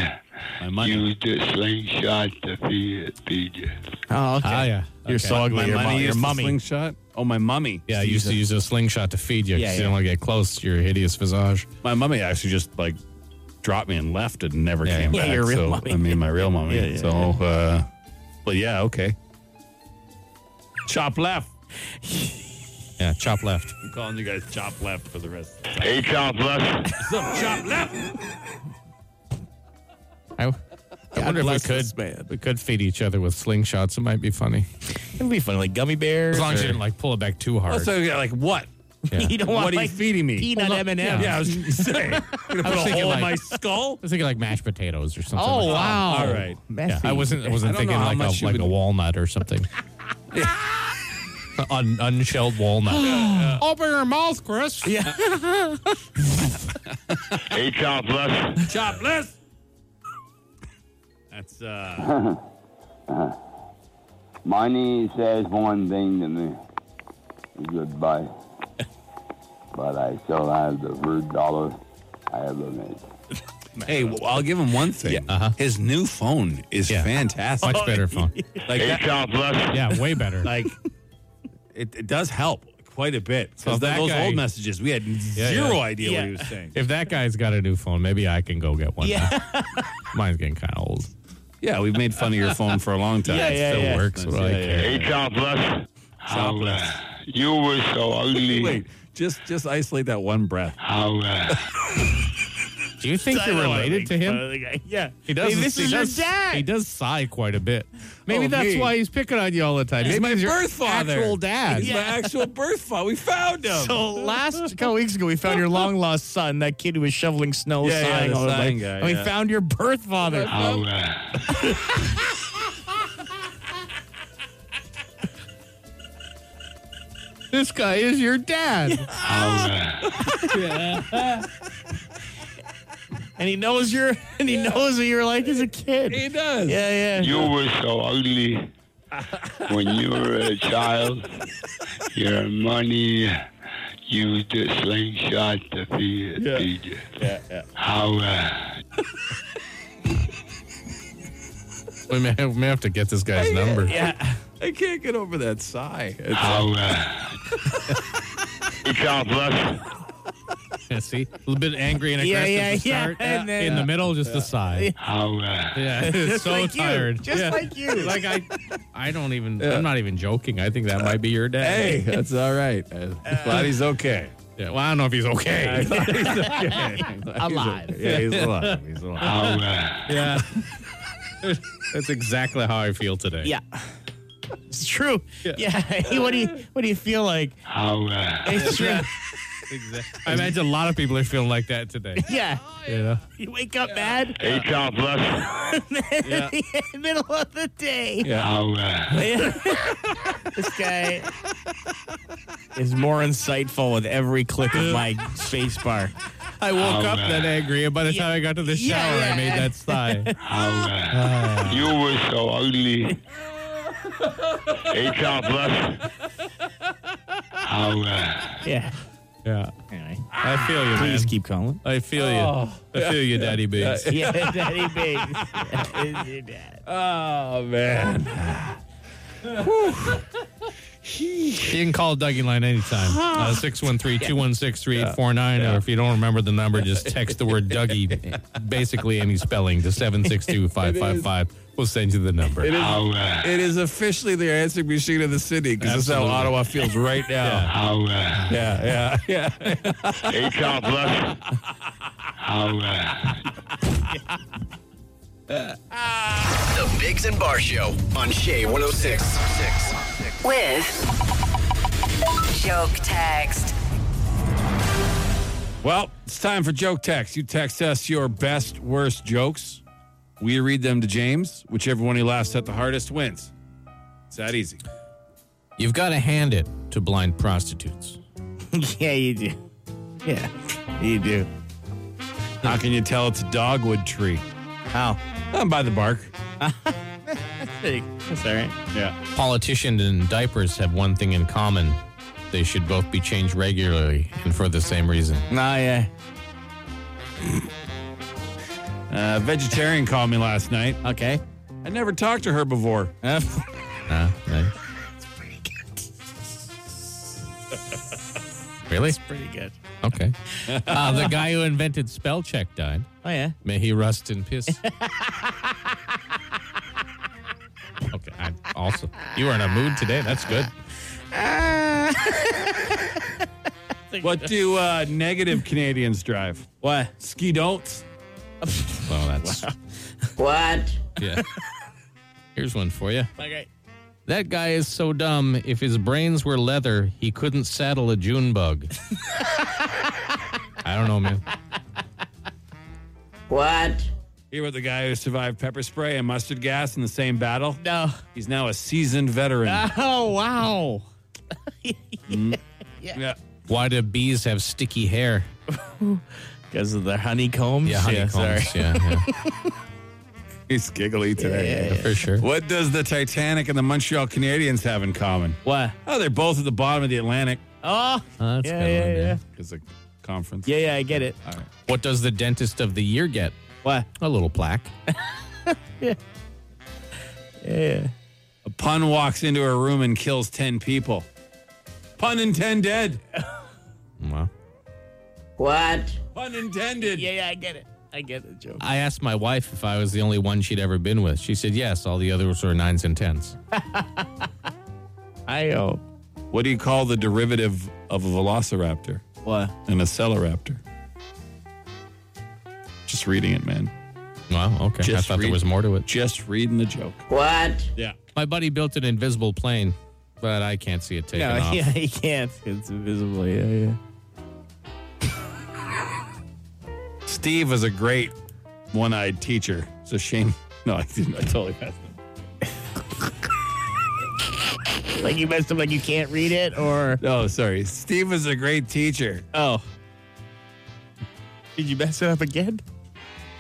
C: My money.
L: you just slingshot the feed, feed you.
E: Oh, okay.
D: Ah, yeah.
E: You're so ugly.
C: My
E: your
C: money
E: mom, your
C: used to
E: mummy.
C: Slingshot. Oh, my mummy.
D: Yeah, I used to use a slingshot to feed you because
E: Yeah,
D: you
E: yeah.
D: didn't want to get close to your hideous visage.
C: My mummy actually just like dropped me and left and never
D: Yeah,
C: came
E: yeah,
C: back.
E: your real
C: so,
E: mummy.
C: I mean, my real mummy.
E: Yeah, yeah,
C: so, uh, but yeah, okay. Chop left.
D: Yeah, chop left.
C: I'm calling you guys chop left for the rest. Of
L: Hey, topless.
C: the time. chop left.
D: I, I wonder if we
E: bless this
D: could, we could feed each other with slingshots. It might be funny.
E: It'd be funny, like gummy bears.
D: As long as
E: or-
D: you didn't like pull it back too hard.
C: Also, yeah, like what?
D: Yeah.
E: you don't
C: What
E: want
C: are you
E: like,
C: feeding me?
E: Peanut
D: Hold
E: M
D: on.
E: and
D: Yeah.
E: M's.
C: Yeah, I was going to say. I'm gonna put a
D: thinking
C: hole in
D: like-
C: my skull.
D: I was thinking like mashed potatoes or something. like
E: Oh,
D: that.
E: wow.
C: All right.
D: Yeah, I wasn't. I
C: I
D: wasn't
C: don't
D: thinking
C: know how
D: like
C: much
D: a,
C: you
D: like a
C: would-
D: walnut or something. Un, unshelled walnut. Open your mouth, Chris. Yeah.
L: Hey, topless.
C: Chop left. That's uh.
L: Money says one thing to me goodbye. but I still have the first dollar I ever made.
C: Hey, well, I'll give him one thing. His new phone is
D: Yeah.
C: fantastic.
D: Much better phone.
C: Like
L: Hey,
C: that-
L: topless.
D: Yeah, way better.
C: like it, it does help quite a bit.
D: Well,
C: Because
D: that
C: those
D: guy-
C: old messages, we had
D: yeah.
C: zero idea what
E: Yeah.
C: he was saying.
D: if that guy's got a new phone, maybe I can go get one.
E: Yeah.
D: now. Mine's getting kind of old.
C: Yeah, we've made fun of your phone for a long time.
E: Yeah,
C: It
E: yeah,
C: still
E: yeah.
C: works. What do I
D: Yeah, yeah,
C: care?
L: Hey, topless. How,
C: Topless.
L: uh, you were so ugly.
C: Wait, just just isolate that one breath.
L: How, uh,
D: Do you think you're related to him?
E: Yeah.
D: He does.
E: Hey, this
D: he
E: is
D: does,
E: your dad.
D: He does sigh quite a bit. Maybe
C: Oh,
D: that's
C: me.
D: why he's picking on you all the time.
C: He's
D: Maybe
C: my
D: he's your
C: birth father.
D: Actual dad.
C: He's my actual birth father. We found him.
E: So last couple weeks ago, we found your long lost son, that kid who was shoveling snow,
C: Yeah, yeah,
E: sighing
C: the
E: all over the
C: sighing
E: place.
C: guy,
E: and we
C: yeah.
E: found your birth father.
L: how, uh,
D: This guy is your dad.
L: how, uh,
C: Oh,
E: and he knows you're, and he knows what you're like as a kid.
C: he does.
E: yeah, yeah.
L: you were so ugly when you were a child. Your money, you just slingshot to feed, feed you.
C: Yeah, yeah.
L: How, uh,
D: We may, we may have to get this guy's number.
C: I can't get over that sigh. It's-
L: How, uh, hey, God bless.
D: Yeah, see, a little bit angry and
E: Yeah,
D: aggressive
E: yeah,
D: to
E: yeah,
D: start,
E: and then-
D: in the middle, just the side.
L: How? Uh,
D: Yeah,
E: Just
D: so
E: like you.
D: tired.
E: Just
D: Yeah.
E: like you.
D: Like I, I don't even.
C: Yeah.
D: I'm not even joking. I think that might be your dad.
C: Hey, that's all right. I'm glad he's okay.
D: Yeah, well, I don't know if he's okay.
C: Alive. yeah, he's alive. He's alive.
L: How? Uh,
D: yeah, that's exactly how I feel today.
E: Yeah. It's true. Yeah. what do you what do you feel like?
L: how? Uh,
E: It's true.
D: exactly. I imagine a lot of people are feeling like that today.
E: Yeah.
D: You know?
E: You wake up mad
L: hey, Tom Plus.
E: in the middle of the day.
L: How? Uh,
E: This guy is more insightful with every click of my space bar.
D: I woke
L: Oh,
D: up
L: man.
D: that angry, and by the
E: Yeah.
D: time I got to the
E: Yeah,
D: shower,
E: yeah.
D: I made that sigh.
L: how? Uh, you were so ugly. hey, Tom Plus. How? Uh,
E: Yeah.
D: Yeah,
E: Anyway,
D: I feel you, man.
E: please keep calling.
D: I feel you.
C: Oh.
D: I feel you, Daddy B.
E: Yeah, Daddy Biggs. That is your dad.
C: Oh man.
D: You can call Dougie Line anytime. Uh, 613 216 3849. Or if you don't remember the number, just text the word Dougie, basically any spelling, to 762 555. We'll send you the number.
C: It is.
L: how? Uh,
C: It is officially the answering machine of the city because that's how
D: Absolutely.
C: Ottawa feels right now.
L: how? Uh,
C: Yeah, yeah, yeah.
L: hey, Tom Plus. How? Uh,
A: The Bigs and Bar Show on Shea 106.
B: with joke text.
C: Well, it's time for joke text. You text us your best, worst jokes. We read them to James. Whichever one he laughs at the hardest wins. It's that easy.
D: You've got to hand it to blind prostitutes.
E: yeah, you do. Yeah, you do.
C: How can you tell it's a dogwood tree?
E: How?
C: I'm by the bark.
E: Hey, That's all right.
C: Yeah.
D: Politicians and diapers have one thing in common they should both be changed regularly and for the same reason.
E: No, yeah.
C: Uh, vegetarian called me last night.
E: Okay.
C: I never talked to her before.
E: Uh,
D: Huh? Right? really?
E: pretty good.
D: Okay. Uh, the guy who invented spell check died.
E: Oh yeah.
D: May he rust in piss. okay, I oh, also you are in a mood today. That's good.
C: What do uh, negative Canadians drive?
E: What?
C: Ski don'ts.
D: Well, that's
B: What?
D: yeah. Here's one for you.
E: Okay.
D: That guy is so dumb. If his brains were leather, he couldn't saddle a June bug. I don't know, man.
B: What?
C: Here with the guy who survived pepper spray and mustard gas in the same battle.
E: No.
C: He's now a seasoned veteran.
E: Oh wow.
C: Yeah.
D: Why do bees have sticky hair?
E: Because of the honeycombs.
D: Yeah, honeycombs.
E: sorry.
D: Yeah, yeah,
C: He's giggly today.
D: for sure.
C: What does the Titanic and the Montreal Canadiens have in common?
E: What?
C: Oh, they're both at the bottom of the Atlantic.
E: Oh.
D: Oh, that's a
E: yeah,
D: good
E: yeah,
D: one,
E: yeah.
D: yeah.
C: It's a conference.
E: Yeah, yeah. I get it.
D: What does the dentist of the year get?
E: What?
D: A little plaque.
E: Yeah.
C: A pun walks into a room and kills 10 people. Pun intended.
D: Wow.
B: What?
C: Pun intended.
E: Yeah, yeah. I get it. I get the joke.
D: I asked my wife if I was the only one she'd ever been with. She said yes. All the others were nines and tens.
E: I oh.
C: What do you call the derivative of a velociraptor
E: What?
C: and a cellaraptor? Just reading it, man.
D: Wow. Okay. I
C: Just
D: thought there
C: read-
D: was more to it.
C: Just reading the joke.
B: What?
C: Yeah.
D: My buddy built an invisible plane, but I can't see it taking
E: No,
D: off.
E: yeah, he can't. It's invisible. Yeah, yeah.
C: Steve was a great one eyed teacher. It's a shame. No, I didn't. I totally passed it.
E: Like you messed up. Like you can't read it, or
C: No, sorry. Steve was a great teacher.
E: oh. Did you mess it up again?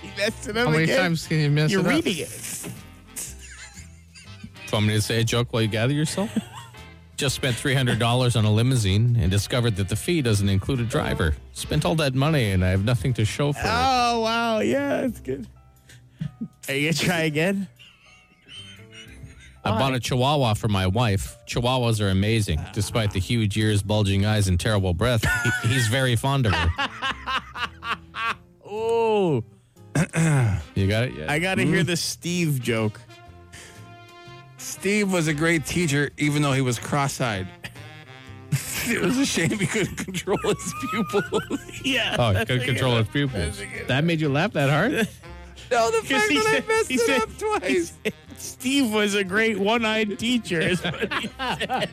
E: You messed it up again.
D: can you miss
E: You're reading it.
D: Want me to say a joke while you gather yourself? Just spent three hundred dollars on a limousine and discovered that the fee doesn't include a driver. Spent all that money and I have nothing to show for it.
E: Oh wow, yeah, that's good. Are you gonna try again?
D: I bought a chihuahua for my wife. Chihuahuas are amazing. Despite the huge ears, bulging eyes, and terrible breath, he, he's very fond of her.
E: Oh.
D: you got it? Yeah. Mm.
E: I got to hear the Steve joke.
C: Steve was a great teacher, even though he was cross eyed. it was a shame he couldn't control his pupils.
E: Yeah.
D: Oh, good control of pupils. That made you laugh that hard?
C: No, the
E: Because
C: fact
E: he
C: that
E: said-
C: I messed
E: he
C: it
E: said-
C: up twice.
E: Steve was a great one-eyed teacher. is what he That's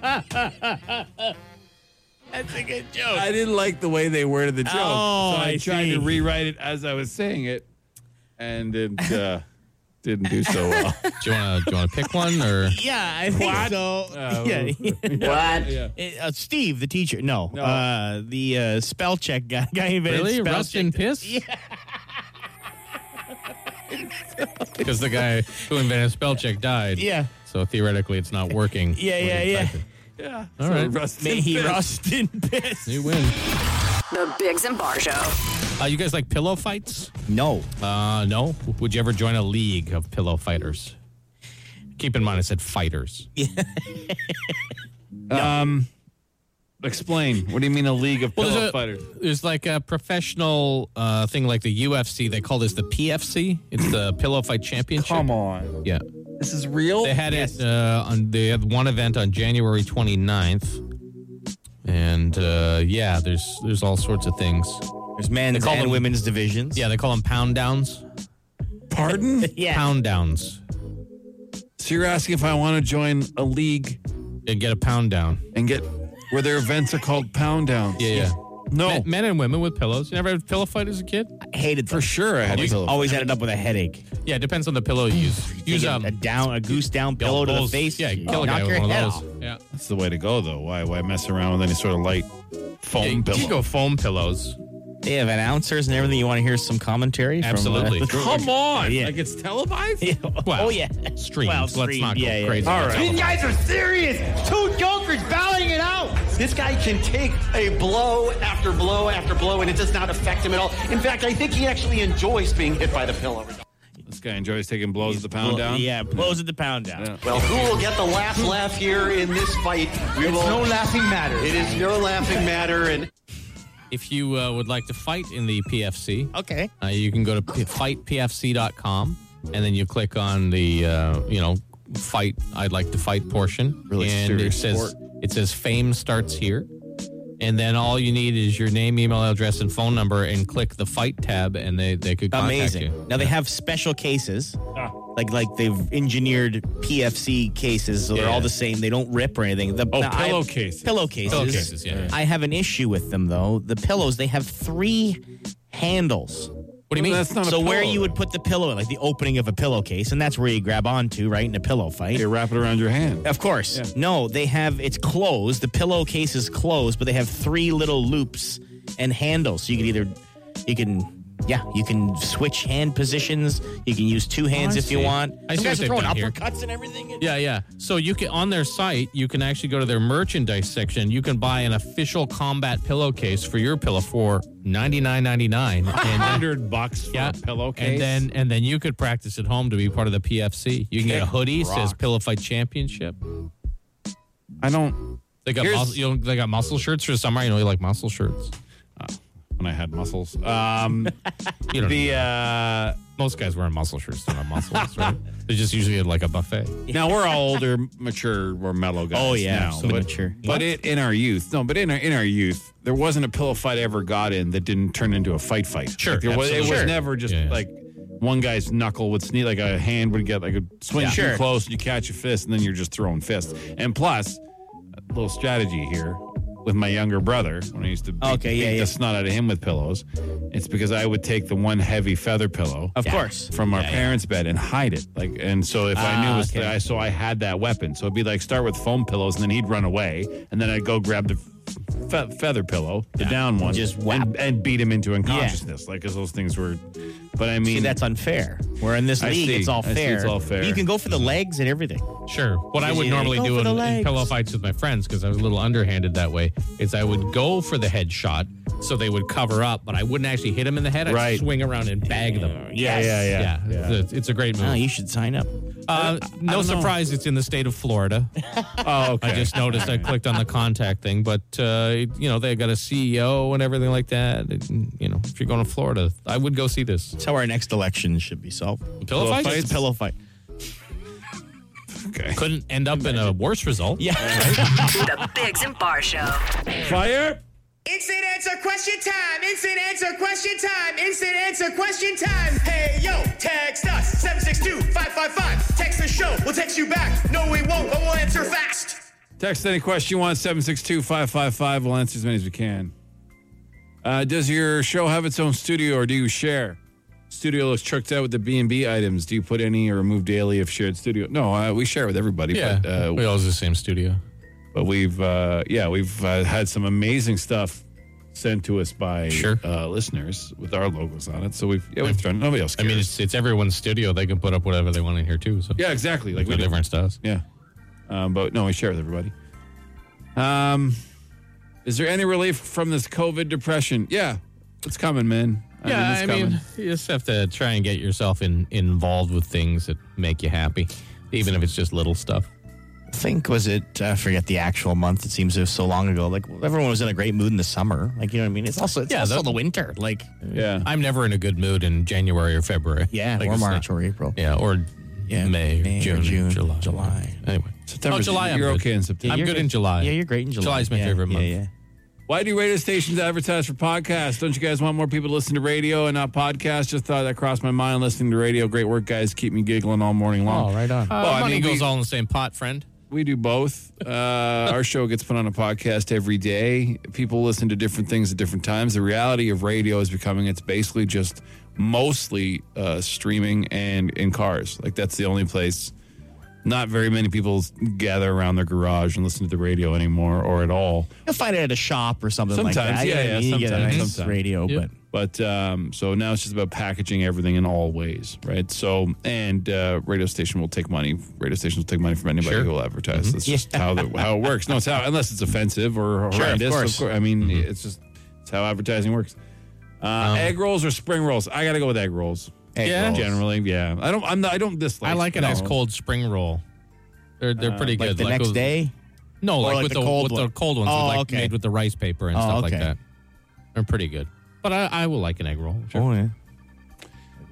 E: a good joke.
C: I didn't like the way they worded the joke.
E: Oh,
C: so I,
E: I
C: tried
E: see.
C: to rewrite it as I was saying it and it uh, didn't do so well.
D: Do you want to do you want to pick one or
E: Yeah, I think so.
D: Uh,
C: Oh.
E: yeah.
B: What?
E: Uh, Steve, the teacher. No,
C: No.
E: Uh, the uh, spell check guy. guy who invented
D: really
E: spell
D: rust
E: check.
D: and piss? Because the guy who invented spell check died.
E: Yeah.
D: So theoretically, it's not working.
E: Yeah,
D: when
E: yeah,
D: you
E: yeah.
D: type it.
C: yeah.
D: All
C: so
D: right.
C: Rustin
E: May he
C: Fist.
E: rust and piss.
D: You win.
B: The Biggs and Bar Show.
D: Uh, you guys like pillow fights?
E: No.
D: Uh, no. Would you ever join a league of pillow fighters? Keep in mind, I said fighters.
C: Explain. What do you mean a league of pillow fighters?
D: there's like a professional uh, thing like the UFC. They call this the PFC. It's the Pillow Fight Championship.
C: on.
D: Yeah.
C: This is real?
D: They had it uh, on. They had one event on January 29th, and uh, yeah, there's there's all sorts of things.
E: There's men's
D: call
E: and
D: them-
E: women's divisions.
D: Yeah, they call them pound downs.
C: Pardon?
E: Yeah.
D: Pound downs.
C: so you're asking if I want to join a league
D: You get a pound down.
C: and get where their events are called pound downs?
D: Yeah, yeah.
C: No.
D: Men, men and women with pillows. You never had a pillow fight as a kid?
E: I hated them.
C: for sure I had a
E: Always,
C: pillow.
E: always ended up with a headache.
D: Yeah, it depends on the pillow you use. Use
E: Take a,
D: um,
E: a down, a goose down pillow to the
D: bulls.
E: face.
D: Yeah,
E: you
D: kill a
E: knock
D: guy with
E: your
D: one
E: head
D: of
E: off.
D: those. Yeah.
C: That's the way to go, though. Why? Why mess around with any sort of light
D: Yeah,
C: foam
D: you
C: pillow?
D: can go foam pillows.
E: They have announcers and everything. You want to hear some commentary? from, uh,
D: Absolutely.
C: Come on,
E: Yeah.
C: like it's televised.
D: Wow.
E: Oh yeah.
D: Streams.
E: Well,
D: Let's
E: streamed.
D: not go
E: Yeah, yeah.
D: crazy.
C: All
D: That's
C: right.
D: all.
I: guys are serious. Two jokers battling it out. This guy can take a blow after blow after blow, and it does not affect him at all. In fact, I think he actually enjoys being hit by the pillow.
C: This guy enjoys taking blows at the pound
E: Well,
C: down.
E: Yeah, blows at the pound down.
C: Yeah.
I: Well, who will get the last laugh here in this fight? We it's will, no laughing matter. It is no laughing matter, and
D: If you uh, would like to fight in the PFC,
E: Okay.
D: Uh, you can go to p- fightpfc.com and then you click on the uh, you know fight I'd like to fight portion
C: Really
D: and it
C: serious
D: says
C: sport.
D: it says fame starts here and then all you need is your name email address and phone number and click the fight tab and they they could contact
E: Amazing.
D: you.
E: Now they have special cases,
C: Ah.
E: like like they've engineered PFC cases, so they're
D: Yeah.
E: all the same. They don't rip or anything. The,
C: Oh,
E: now, I-
C: pillow cases.
E: Pillow cases.
D: Pillow cases, yeah.
E: I have an issue with them though. The pillows they have three handles.
D: What do you mean?
C: That's not
E: so
C: a
E: where
C: pillow,
E: you would put the pillow, like the opening of a pillowcase, and that's where you grab onto, right, in a pillow
C: though.
E: fight.
C: you wrap it around your hand.
E: Of course. No, they have it's closed. The pillowcase is closed, but they have three little loops and handles. So you can either you can yeah, you can switch hand positions. You can use two hands
D: I
E: if you
D: see.
E: want.
D: I
E: Some
D: see
E: guys
D: what
E: are throwing
D: they've done here.
E: uppercuts and everything.
D: Yeah, yeah. So you can on their site, you can actually go to their merchandise section. You can buy an official combat pillowcase for your pillow for ninety nine ninety nine, and then
C: Hundred bucks for a pillow case.
D: And then and then you could practice at home to be part of the PFC. You can get a hoodie says Pillow Fight Championship.
C: I don't.
D: They got
C: Here's-
D: muscle, you know, they got muscle shirts for summer. You know you like muscle shirts.
C: When I had muscles. Um,
D: You don't
C: the uh,
D: most guys wearing muscle shirts don't have muscles, right? They just usually at like a buffet.
C: now we're all older, mature, we're mellow guys.
E: Oh, yeah,
C: now,
E: so
C: but,
E: mature.
C: But it, in our youth, no, but in our in our youth, there wasn't a pillow fight I ever got in that didn't turn into a fight fight.
D: Sure,
C: Like, there was, it
D: absolutely.
C: was
D: Sure.
C: never just
D: Yeah, yeah.
C: like one guy's knuckle would sneak, like a hand would get like a swing
E: Yeah.
C: too
E: Sure.
C: close, and you catch a fist, and then you're just throwing fists. And plus, a little strategy here with my younger brother when I used to beat,
E: Okay, yeah,
C: beat
E: yeah.
C: the snot out of him with pillows. It's because I would take the one heavy feather pillow
E: Of course.
C: from our parents' bed and hide it. Like, and so if I knew it was,
E: Ah, okay.
C: I, so I had that weapon. So it'd be like start with foam pillows, and then he'd run away, and then I'd go grab the fe- feather pillow, the down one,
E: Just whap.
C: and, and beat him into unconsciousness. Like, because those things were. But I mean,
E: See, that's unfair. We're in this
C: I
E: league.
C: see.
E: It's all
C: I see,
E: fair.
C: it's all fair.
E: You can go for the legs and everything.
D: Sure. What I would
E: Yeah,
D: normally
E: go
D: do
E: for
D: in,
E: the
D: in
E: legs.
D: pillow fights with my friends, because I was a little underhanded that way, is I would go for the headshot so they would cover up, but I wouldn't actually hit them in the head. I'd
C: Right.
D: swing around and bag them.
C: yeah, yeah, yeah, yeah.
D: It's, a, it's a great move.
E: Oh, Ah, you should sign up.
D: Uh, no surprise, it's in the state of Florida.
C: oh, okay.
D: I just noticed I clicked on the contact thing, but uh, it- you know they got a CEO and everything like that. It- you know, if you're going to Florida, I would go see this.
E: That's how our next election should be solved.
D: Pillow fights?
E: It's a pillow fight.
C: Okay.
D: Couldn't end up in a worse result.
E: Yeah.
B: the Biggs and Bar Show.
C: Fire.
I: Instant answer question time. Instant answer question time. Instant answer question time. Hey yo, text us 762-555. Text the show. We'll text you back. No, we won't, but we'll answer fast.
C: Text any question you want, 762 555. We'll answer as many as we can. Uh, does your show have its own studio or do you share? Studio looks tricked out with the B&B items. Do you put any or remove daily if shared studio? No, uh, we share with everybody.
D: Yeah,
C: But, uh,
D: we all use the same studio.
C: but we've, uh, yeah, we've uh, had some amazing stuff sent to us by
D: Sure.
C: uh, listeners with our logos on it. So we've, yeah, we've thrown, nobody else
D: I
C: cares.
D: mean, it's it's everyone's studio. They can put up whatever they want in here too. So
C: yeah, exactly. Like
D: like
C: we
D: no
C: do.
D: difference to us.
C: Yeah. Um, but no, we share with everybody. Um, is there any relief from this COVID depression? Yeah, it's coming, man.
D: Yeah, I
C: it's
D: mean, you just have to try and get yourself in, involved with things that make you happy, even if it's just little stuff.
E: I think was it? uh, I forget the actual month. It seems it was so long ago. Like everyone was in a great mood in the summer. Like you know what I mean? It's also it's
D: Yeah,
E: also
D: that-
E: the winter. Like
C: yeah.
D: I'm never in a good mood in January or February.
E: yeah,
D: Like,
E: or
D: it's
E: March or April.
D: not- yeah, or
E: Yeah,
D: May, or
E: May or
D: June,
E: June,
D: July.
E: July.
D: Anyway,
C: September,
D: oh, July. I'm
C: You're
D: good.
C: okay in September.
D: I'm
E: you're
D: good
E: good.
D: in July.
E: Yeah, you're great in July.
D: July's my
E: Yeah,
D: favorite
E: yeah,
D: month.
E: yeah.
C: Why do radio stations advertise for podcasts? Don't you guys want more people to listen to radio and not podcasts? Just thought that crossed my mind listening to radio. Great work, guys. Keep me giggling all morning long.
E: Oh, right on.
D: Uh,
C: Well, I
D: money
C: mean, we-
D: goes all in the same pot, friend.
C: We do both. Uh, our show gets put on a podcast every day. People listen to different things at different times. The reality of radio is becoming it's basically just mostly uh, streaming and in cars. Like that's the only place. Not very many people gather around their garage and listen to the radio anymore or at all.
E: You'll find it at a shop or something like
C: Sometimes,
E: that.
C: yeah,
E: You know what I
C: yeah,
E: mean? You get a
C: sometimes,
E: nice
C: sometimes.
E: radio,
D: Yep.
E: but
C: But um, so now it's just about packaging everything in all ways, right? So and uh, radio station will take money. Radio stations will take money from anybody
D: Sure. Mm-hmm.
C: who will advertise. That's just how the, how it works. No, it's how unless it's offensive or horrendous.
E: of course.
C: I mean,
D: Mm-hmm.
C: it's just it's how advertising works. Uh, egg rolls or spring rolls? I gotta go with egg rolls.
E: Egg
D: Yeah. Um, rolls.
C: generally, yeah. I don't. I'm not, I don't dislike.
D: I like a
C: spring
D: nice
C: rolls.
D: cold spring roll. They're they're pretty
E: Uh, like
D: good.
E: the next
D: those-
E: day. Oh,
D: No, like,
E: like
D: with
E: the
D: the,
E: cold
D: with
E: one.
D: the cold ones,
E: Oh,
D: like
E: okay.
D: made with the rice paper and
E: Oh,
D: stuff
E: okay.
D: like that. They're pretty good. But I, I will like an egg roll. Sure.
E: Oh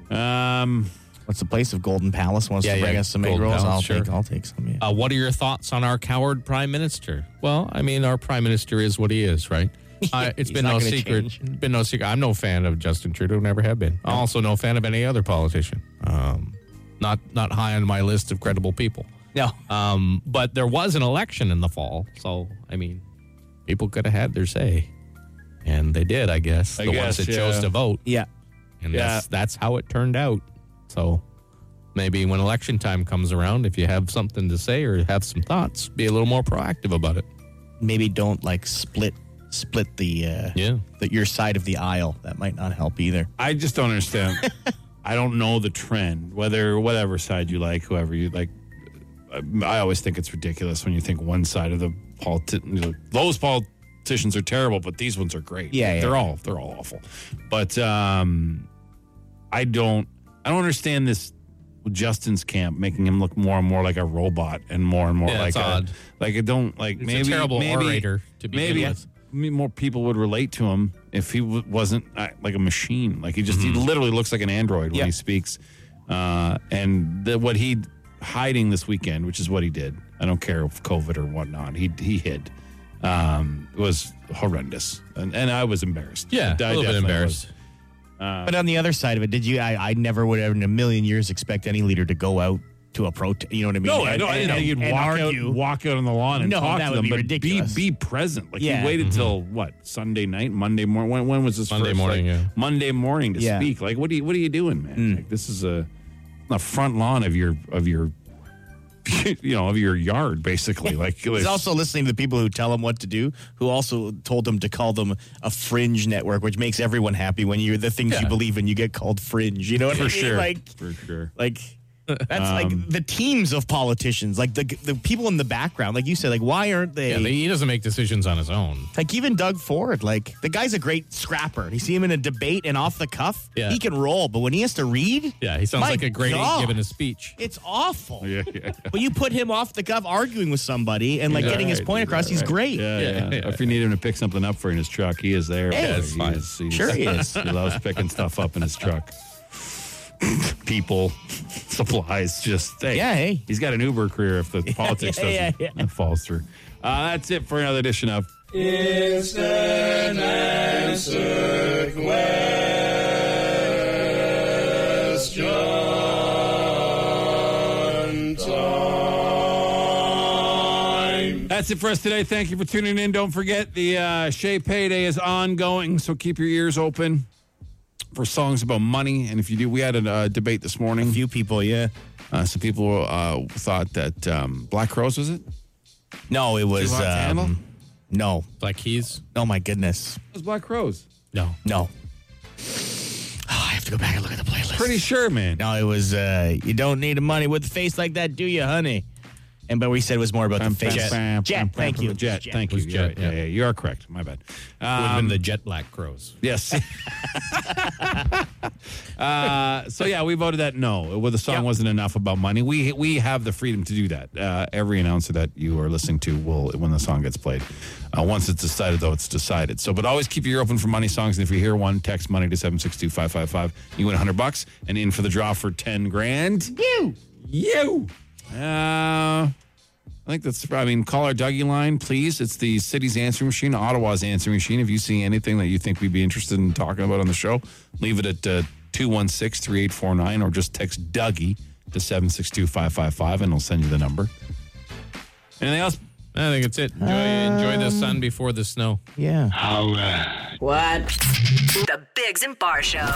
E: yeah.
C: Um,
E: What's the place of Golden Palace wants
D: Yeah,
E: to bring
D: yeah,
E: us some egg
D: Golden
E: rolls?
D: Palace,
E: I'll
D: sure.
E: take I'll take some. Yeah.
D: Uh, what are your thoughts on our coward prime minister? Well, I mean, our prime minister is what he is, right? Uh, it's
E: He's
D: been
E: not
D: no
E: gonna
D: secret.
E: change.
D: Been no secret. I'm no fan of Justin Trudeau. Never have been. I'm Also, no fan of any other politician. Um, not not high on my list of credible people.
E: no.
D: Um, but there was an election in the fall, so I mean, people could have had their say, and they did, I guess.
C: I
D: the
C: guess,
D: ones that
C: yeah.
D: chose to vote,
E: Yeah.
D: and
C: Yeah.
D: that's that's how it turned out. So maybe when election time comes around, if you have something to say or have some thoughts, be a little more proactive about it.
E: Maybe don't like split split the uh,
D: Yeah.
E: the, your side of the aisle. That might not help either.
C: I just don't understand. I don't know the trend, whether whatever side you like, whoever you like. I- I always think it's ridiculous when you think one side of the politi- you know, those politicians are terrible, but these ones are great.
E: Yeah, yeah.
C: they're all they're all awful. But um, I don't I don't understand this Justin's camp making him look more and more like a robot and more and more
D: Yeah,
C: like
D: it's
C: a,
D: odd.
C: like I don't like
D: He's a
C: maybe
D: terrible
C: maybe,
D: orator to begin
C: maybe
D: with.
C: I mean, more people would relate to him if he w- wasn't uh, like a machine. Like he just
D: Mm-hmm.
C: he literally looks like an android when
E: Yeah.
C: he speaks. Uh, and the, what he hiding this weekend, which is what he did. I don't care if COVID or whatnot. He he hid. Um, was horrendous, and and I was embarrassed.
D: Yeah,
C: I
D: a little bit
C: definitely
D: embarrassed.
C: was.
E: But on the other side of it, did you? I, I never would have in a million years expect any leader to go out to a protest. You know what I mean?
C: No, I don't. I didn't think
E: and-
C: he'd
E: and
C: walk
E: argue.
C: out, walk out on the lawn and
E: No,
C: talk
E: that
C: to
E: would
C: them,
E: be
C: but
E: ridiculous.
C: be be present. Like
E: Yeah. Mm-hmm.
C: he waited till what Sunday night, Monday morning. When, when was this?
D: Monday
C: first?
D: morning,
C: Like,
D: yeah.
C: Monday morning to
E: Yeah. Mm.
C: speak. Like what are you what are you doing, man? Like this is a the front lawn of your of your you know of your yard basically. Like
E: He's also listening to the people who tell him what to do, who also told him to call them a fringe network, which makes everyone happy when you're the things you
D: Yeah.
E: believe in. You get called fringe. You know what I
C: for
E: mean?
C: sure,
E: Like,
C: for sure.
E: like That's
D: Um,
E: like the teams of politicians, like the the people in the background. Like you said, like why aren't they?
D: Yeah, he doesn't make decisions on his own.
E: Like even Doug Ford, like the guy's a great scrapper. You see him in a debate and off the cuff,
D: Yeah.
E: he can roll. But when he has to read,
D: Yeah, he sounds
E: My
D: like a grade
E: God.
D: eight giving a speech.
E: it's awful.
C: Yeah, yeah.
E: But you put him off the cuff arguing with somebody and like
C: He's
E: getting his
C: alright, he's
E: point across, he's
C: alright.
E: great.
C: Yeah, yeah. If you need him to pick something up for you in his truck, he is there.
E: Hey,
C: Yeah,
E: it's
C: he
E: fine.
C: is- he's-
E: Sure he is.
C: He loves picking stuff up in his truck. People, supplies, just hey,
E: Yeah, hey.
C: He's got an Uber career if the politics doesn't
E: yeah, yeah.
C: that falls through. Uh, that's it for another edition of
K: It's an answer question time.
C: That's it for us today. Thank you for tuning in. Don't forget the uh, Shea Payday is ongoing, so keep your ears open for songs about money. And if you do, we had a uh, debate this morning.
E: Few people, yeah.
C: Uh, some people uh, thought that um, Black Rose was it?
E: No, it was
C: Too hot to handle?
E: um, no.
D: Black Keys?
E: Oh my goodness,
C: It was Black Rose.
D: No.
E: no. I have to go back and look at the playlist.
C: Pretty sure, man.
E: No, it was uh you don't need the money with a face like that, do you, honey? And but we said it was more about the face.
C: Jet.
E: Jet, thank you.
C: Jet, thank you.
D: It was
C: You're right.
D: Jet,
C: yeah.
D: yeah.
C: yeah, you are correct. My bad.
D: Would have
C: Um,
D: been the Jet Black Crows.
C: yes. uh, so yeah, we voted that no. Well, the song wasn't enough about money. We we have the freedom to do that. Uh, every announcer that you are listening to will, when the song gets played, uh, once it's decided, though, it's decided. So, but always keep your ear open for money songs. And if you hear one, text money to seven six two five five five. You win hundred bucks, and in for the draw for ten grand. You you. Uh, I think that's, I mean, call our Dougie line, please. It's the city's answering machine, Ottawa's answering machine. If you see anything that you think we'd be interested in talking about on the show, leave it at uh, 216 3849 or just text Dougie to 762 555 and it'll send you the number. Anything else?
D: I think it's it. Enjoy, enjoy the sun before the snow.
E: Yeah.
L: How uh,
B: What? The Biggs and Bar Show.